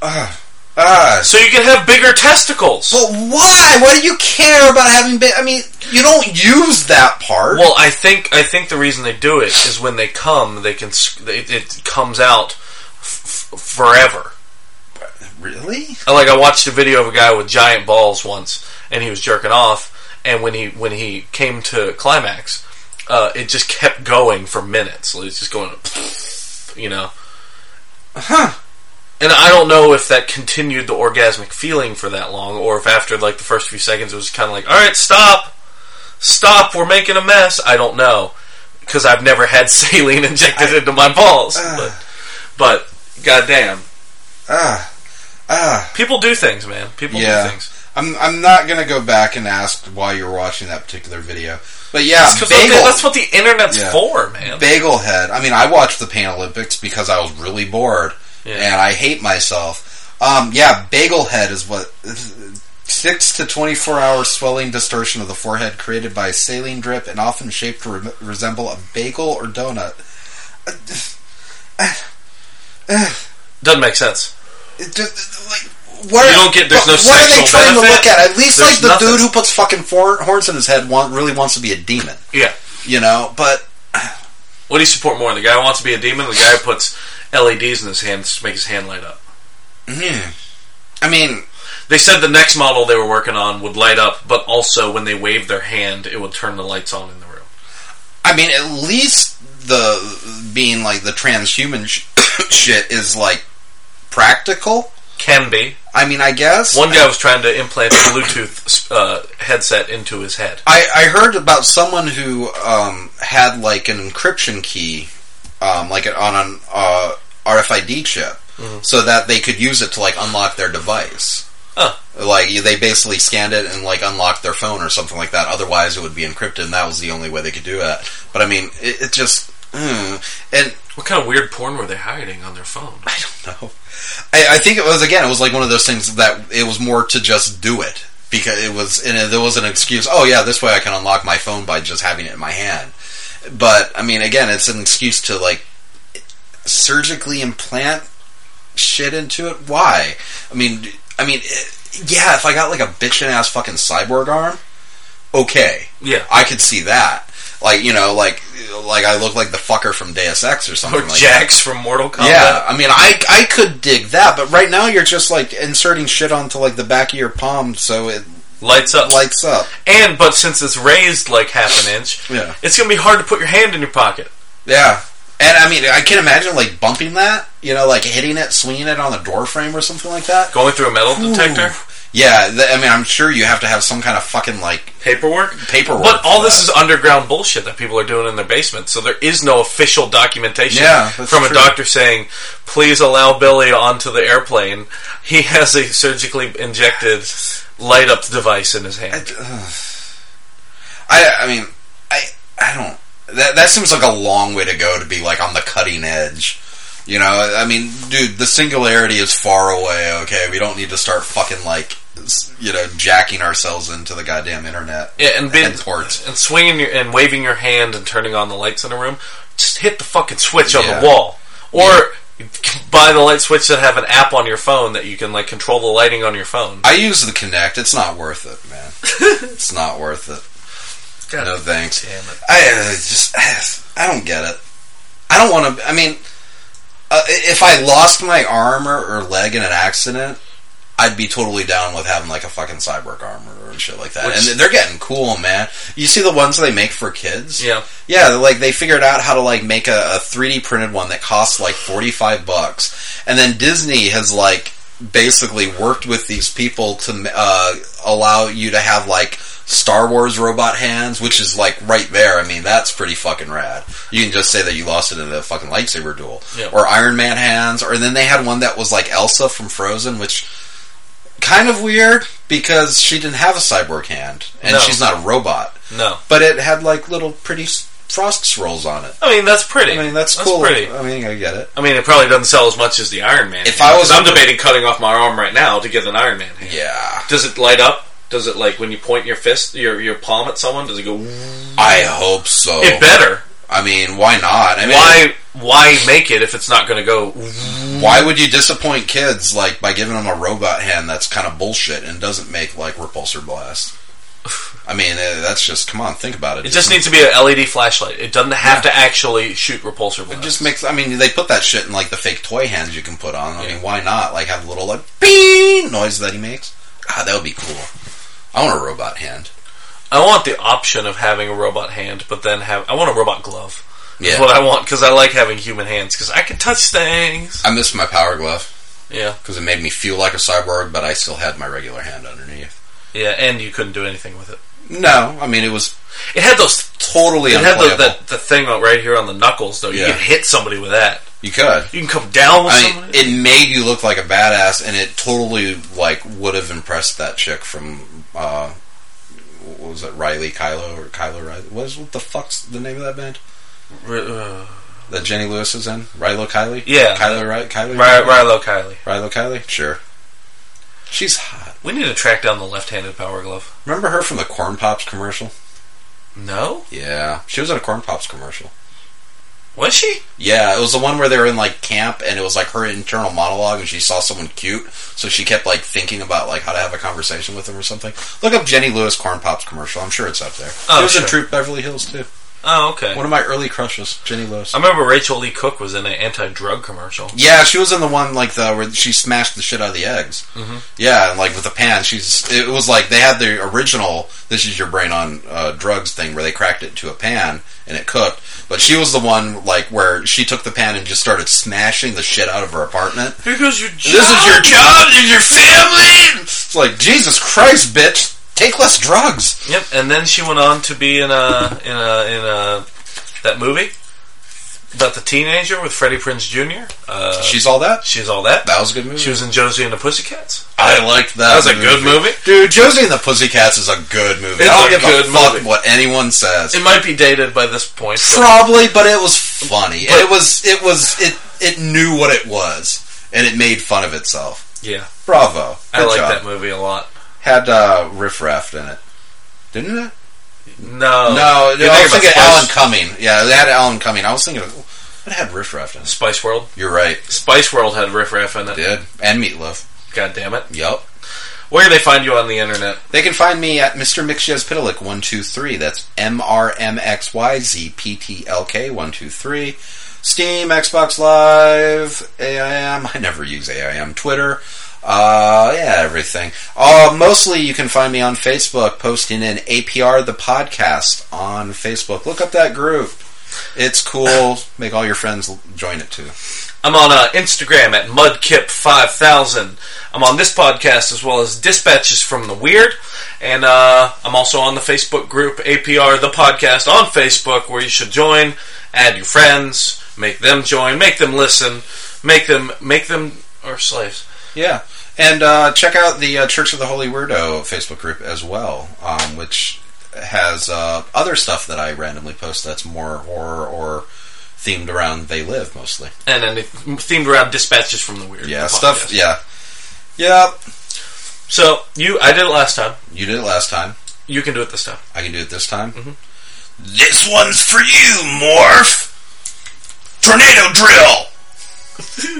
[SPEAKER 2] ah ah.
[SPEAKER 1] so you can have bigger testicles.
[SPEAKER 2] But why? Why do you care about having been? I mean, you don't use that part.
[SPEAKER 1] Well, I think I think the reason they do it is when they come, they can sc- it, it comes out f- f- forever.
[SPEAKER 2] really?
[SPEAKER 1] I- Like I watched a video of a guy with giant balls once, and he was jerking off, and when he when he came to climax, uh, it just kept going for minutes. Like, It's just going, you know.
[SPEAKER 2] Huh?
[SPEAKER 1] And I don't know if that continued the orgasmic feeling for that long, or if after like the first few seconds it was kind of like, all right, stop, stop, we're making a mess. I don't know because I've never had saline injected into my balls,
[SPEAKER 2] Ugh.
[SPEAKER 1] but but goddamn,
[SPEAKER 2] Ah ah.
[SPEAKER 1] people do things, man. People
[SPEAKER 2] Yeah.
[SPEAKER 1] do things.
[SPEAKER 2] I'm I'm not gonna go back and ask why you're watching that particular video. But yeah,
[SPEAKER 1] That's 'cause that's-
[SPEAKER 2] bagel.
[SPEAKER 1] that's what the internet's
[SPEAKER 2] Yeah.
[SPEAKER 1] for, man.
[SPEAKER 2] Bagel Head. I mean, I watched the Pan Olympics because I was really bored
[SPEAKER 1] Yeah.
[SPEAKER 2] and I hate myself. Um, yeah, Bagel Head is what six to twenty-four hour swelling distortion of the forehead created by saline drip and often shaped to re- resemble a bagel or donut.
[SPEAKER 1] Doesn't make sense.
[SPEAKER 2] It just, like, what
[SPEAKER 1] You don't get- there's no
[SPEAKER 2] what are they
[SPEAKER 1] sexual
[SPEAKER 2] trying to
[SPEAKER 1] benefit.
[SPEAKER 2] look at? At least
[SPEAKER 1] There's
[SPEAKER 2] like the
[SPEAKER 1] nothing.
[SPEAKER 2] dude who puts fucking four horns in his head want, really wants to be a demon,
[SPEAKER 1] Yeah.
[SPEAKER 2] you know? But
[SPEAKER 1] What do you support more? The guy who wants to be a demon, or the guy who puts LEDs in his hands to make his hand light up.
[SPEAKER 2] hmm, I mean,
[SPEAKER 1] They said the next model they were working on would light up, but also when they waved their hand, it would turn the lights on in the room.
[SPEAKER 2] I mean, at least the being like the transhuman sh- shit is like practical.
[SPEAKER 1] Can be.
[SPEAKER 2] I mean, I guess.
[SPEAKER 1] One guy was trying to implant a Bluetooth uh, headset into his head.
[SPEAKER 2] I, I heard about someone who um, had like an encryption key, um, like it on an uh, RFID chip, so that they could use it to like unlock their device.
[SPEAKER 1] Huh.
[SPEAKER 2] Like they basically scanned it and like unlocked their phone or something like that. Otherwise, it would be encrypted, and that was the only way they could do it. But I mean, it, it just mm. and
[SPEAKER 1] What kind of weird porn were they hiding on their phone?
[SPEAKER 2] I don't know. I, I think it was again. It was like one of those things that it was more to just do it because it was and there was an excuse. Oh yeah, this way I can unlock my phone by just having it in my hand. But I mean, again, it's an excuse to like surgically implant shit into it. Why? I mean, d- I mean, eh, yeah. If I got like a bitchin' ass fucking cyborg arm, okay.
[SPEAKER 1] Yeah.
[SPEAKER 2] I could see that. Like you know, like like I look like the fucker from Deus Ex or something.
[SPEAKER 1] Or
[SPEAKER 2] like that.
[SPEAKER 1] Jax from Mortal Kombat.
[SPEAKER 2] Yeah, Oh, I mean, I I could dig that, but right now you're just like inserting shit onto like the back of your palm, so it
[SPEAKER 1] Lights up.
[SPEAKER 2] lights up.
[SPEAKER 1] and, but since it's raised like half an inch,
[SPEAKER 2] Yeah,
[SPEAKER 1] it's going to be hard to put your hand in your pocket.
[SPEAKER 2] yeah. And I mean, I can imagine like bumping that, you know, like hitting it, swinging it on the door frame or something like that.
[SPEAKER 1] Going through a metal detector?
[SPEAKER 2] Yeah, th- I mean, I'm sure you have to have some kind of fucking like
[SPEAKER 1] Paperwork?
[SPEAKER 2] paperwork.
[SPEAKER 1] But all
[SPEAKER 2] for
[SPEAKER 1] this
[SPEAKER 2] that.
[SPEAKER 1] is underground bullshit that people are doing in their basement, so there is no official documentation
[SPEAKER 2] Yeah, that's
[SPEAKER 1] from a
[SPEAKER 2] true.
[SPEAKER 1] doctor saying, "Please allow Billy onto the airplane." He has a surgically injected light up device in his hand.
[SPEAKER 2] Ugh. uh, I I mean, I I don't. That that seems like a long way to go to be like on the cutting edge. You know, I mean, dude, the singularity is far away. Okay, we don't need to start fucking like s- you know jacking ourselves into the goddamn internet.
[SPEAKER 1] Yeah, and, being-
[SPEAKER 2] and ports.
[SPEAKER 1] and swinging your, and waving your hand and turning on the lights in a room. Just hit the fucking switch on
[SPEAKER 2] Yeah.
[SPEAKER 1] the wall, or buy the light switch that have an app on your phone that you can like control the lighting on your phone.
[SPEAKER 2] I use the Connect. It's not worth it, man. it's not worth it.
[SPEAKER 1] God
[SPEAKER 2] No thanks.
[SPEAKER 1] damn it.
[SPEAKER 2] I uh, just I don't get it. I don't want to. I mean, uh, if I lost my arm or, or leg in an accident, I'd be totally down with having like a fucking cyborg arm or, or shit like that.
[SPEAKER 1] Which-
[SPEAKER 2] and they're getting cool, man. You see the ones they make for kids?
[SPEAKER 1] Yeah.
[SPEAKER 2] Yeah, like they figured out how to like make a, a 3D printed one that costs like 45 bucks. And then Disney has like basically worked with these people to uh, allow you to have like Star Wars robot hands, which is like right there. I mean, that's pretty fucking rad. You can just say that you lost it in a fucking lightsaber duel.
[SPEAKER 1] Yeah.
[SPEAKER 2] Or Iron Man hands. Or then they had one that was like Elsa from Frozen, which kind of weird because she didn't have a cyborg hand and
[SPEAKER 1] No.
[SPEAKER 2] she's not a robot
[SPEAKER 1] No,
[SPEAKER 2] but it had like little pretty s- frost swirls on it.
[SPEAKER 1] I mean that's pretty.
[SPEAKER 2] I mean, that's,
[SPEAKER 1] that's
[SPEAKER 2] cool.
[SPEAKER 1] pretty.
[SPEAKER 2] I mean, I get it.
[SPEAKER 1] I mean, it probably doesn't sell as much as the Iron Man.
[SPEAKER 2] If
[SPEAKER 1] hand,
[SPEAKER 2] I was-
[SPEAKER 1] 'cause I'm debating cutting off my arm right now to get an Iron Man. Hand.
[SPEAKER 2] Yeah,
[SPEAKER 1] Does it light up? Does it like when you point your fist, your your palm at someone? Does it go?
[SPEAKER 2] I hope so.
[SPEAKER 1] It better.
[SPEAKER 2] I mean, why not? I mean,
[SPEAKER 1] Why why make it if it's not going to go?
[SPEAKER 2] why would you disappoint kids like by giving them a robot hand that's kind of bullshit and doesn't make like repulsor blast? I mean, eh, that's just come on, think about it.
[SPEAKER 1] It just needs to be an LED flashlight. It doesn't have to actually shoot repulsor
[SPEAKER 2] It
[SPEAKER 1] blasts.
[SPEAKER 2] just makes. I mean, they put that shit in like the fake toy hands you can put on. I
[SPEAKER 1] Yeah.
[SPEAKER 2] mean, why not? Like have a little like beep noise that he makes. Ah, that would be cool. I want a robot hand.
[SPEAKER 1] I want the option of having a robot hand, but then have I want a robot glove. Is
[SPEAKER 2] Yeah,
[SPEAKER 1] what I want because I like having human hands because I can touch things.
[SPEAKER 2] I miss my power glove.
[SPEAKER 1] Yeah,
[SPEAKER 2] because it made me feel like a cyborg, but I still had my regular hand underneath.
[SPEAKER 1] yeah, and you couldn't do anything with it.
[SPEAKER 2] No, I mean it was
[SPEAKER 1] It had those
[SPEAKER 2] totally
[SPEAKER 1] It had the,
[SPEAKER 2] unplayable.
[SPEAKER 1] the, the thing right here on the knuckles, though.
[SPEAKER 2] Yeah.
[SPEAKER 1] You can hit somebody with that.
[SPEAKER 2] you could.
[SPEAKER 1] You can come down with
[SPEAKER 2] I mean,
[SPEAKER 1] somebody.
[SPEAKER 2] it made you look like a badass, and it totally like would have impressed that chick from uh, what was it, Riley Kylo or Kylo Riley? What is what the fuck's the name of that band
[SPEAKER 1] Uh,
[SPEAKER 2] that Jenny Lewis is in? Rilo Kiley.
[SPEAKER 1] Yeah.
[SPEAKER 2] Kylo Riley. Kylo.
[SPEAKER 1] Ry- Rilo Kiley.
[SPEAKER 2] Rilo Kiley. Sure. She's hot.
[SPEAKER 1] We need to track down the left-handed power glove.
[SPEAKER 2] Remember her from the Corn Pops commercial?
[SPEAKER 1] No,
[SPEAKER 2] Yeah, she was in a Corn Pops commercial.
[SPEAKER 1] was she?
[SPEAKER 2] Yeah, it was the one where they were in like camp, and it was like her internal monologue, and she saw someone cute, so she kept like thinking about like how to have a conversation with them or something. Look up Jenny Lewis Corn Pops commercial. I'm sure it's up there.
[SPEAKER 1] Oh,
[SPEAKER 2] it was
[SPEAKER 1] sure.
[SPEAKER 2] in Troop Beverly Hills too.
[SPEAKER 1] Oh, okay.
[SPEAKER 2] One of my early crushes, Jenny Lewis.
[SPEAKER 1] I remember Rachel Lee Cook was in an anti-drug commercial.
[SPEAKER 2] yeah, she was in the one like the where she smashed the shit out of the eggs.
[SPEAKER 1] Mhm.
[SPEAKER 2] Yeah, and like with the pan, she's it was like they had the original "This Is Your Brain on uh, Drugs" thing where they cracked it to a pan and it cooked. But she was the one like where she took the pan and just started smashing the shit out of her apartment.
[SPEAKER 1] Here goes your
[SPEAKER 2] This is your job. This is your family. It's like Jesus Christ, bitch. Take less drugs.
[SPEAKER 1] Yep, and then she went on to be in a in a in a that movie about the teenager with Freddie Prinze Jr. Uh,
[SPEAKER 2] She's all that.
[SPEAKER 1] she's all that.
[SPEAKER 2] That was a good movie.
[SPEAKER 1] She was in Josie and the Pussycats.
[SPEAKER 2] I liked that.
[SPEAKER 1] That was a good movie.
[SPEAKER 2] Dude, Josie and the Pussycats is a good movie.
[SPEAKER 1] It's
[SPEAKER 2] I don't
[SPEAKER 1] a
[SPEAKER 2] give
[SPEAKER 1] good
[SPEAKER 2] a fuck
[SPEAKER 1] movie.
[SPEAKER 2] what anyone says.
[SPEAKER 1] It might be dated by this point. but-
[SPEAKER 2] Probably, but it was funny. it was. It was. It. It knew what it was, and it made fun of itself.
[SPEAKER 1] yeah,
[SPEAKER 2] Bravo.
[SPEAKER 1] I
[SPEAKER 2] Good
[SPEAKER 1] like
[SPEAKER 2] job.
[SPEAKER 1] that movie a lot.
[SPEAKER 2] Had uh, Riff Raff in it, didn't it?
[SPEAKER 1] No,
[SPEAKER 2] no,
[SPEAKER 1] Oh. You're
[SPEAKER 2] I was
[SPEAKER 1] thinking about
[SPEAKER 2] thinking
[SPEAKER 1] Spice-
[SPEAKER 2] Alan Cumming. Yeah, they had Alan Cumming. I was thinking, of, what had Riff Raff in it?
[SPEAKER 1] Spice World.
[SPEAKER 2] You're right.
[SPEAKER 1] Spice World had Riff Raff in it.
[SPEAKER 2] Did and Meatloaf.
[SPEAKER 1] God damn it!
[SPEAKER 2] Yup.
[SPEAKER 1] Where can they find you on the internet?
[SPEAKER 2] They can find me at Mr. Mixyaz Pidalik one two three. That's M R M X Y Z P T L K one two three. Steam, Xbox Live, AIM. I never use AIM. Twitter. Uh, yeah, everything. Uh, mostly you can find me on Facebook posting in APR the podcast on Facebook. Look up that group. It's cool. Make all your friends l- join it too.
[SPEAKER 1] I'm on uh, Instagram at mudkip5000. I'm on this podcast as well as Dispatches from the Weird. And uh, I'm also on the Facebook group APR The Podcast on Facebook where you should join, add your friends, make them join, make them listen, make them make them our slaves.
[SPEAKER 2] Yeah, and uh, check out the uh, Church of the Holy Weirdo Facebook group as well, um, which has uh, other stuff that I randomly post that's more horror or themed around they live mostly.
[SPEAKER 1] And then it- themed around Dispatches from the Weird.
[SPEAKER 2] Yeah,
[SPEAKER 1] the
[SPEAKER 2] stuff.
[SPEAKER 1] podcast.
[SPEAKER 2] Yeah, yeah.
[SPEAKER 1] So you, I did it last time.
[SPEAKER 2] You did it last time.
[SPEAKER 1] You can do it this time.
[SPEAKER 2] I can do it this time. This one's for you, Morph. Tornado drill.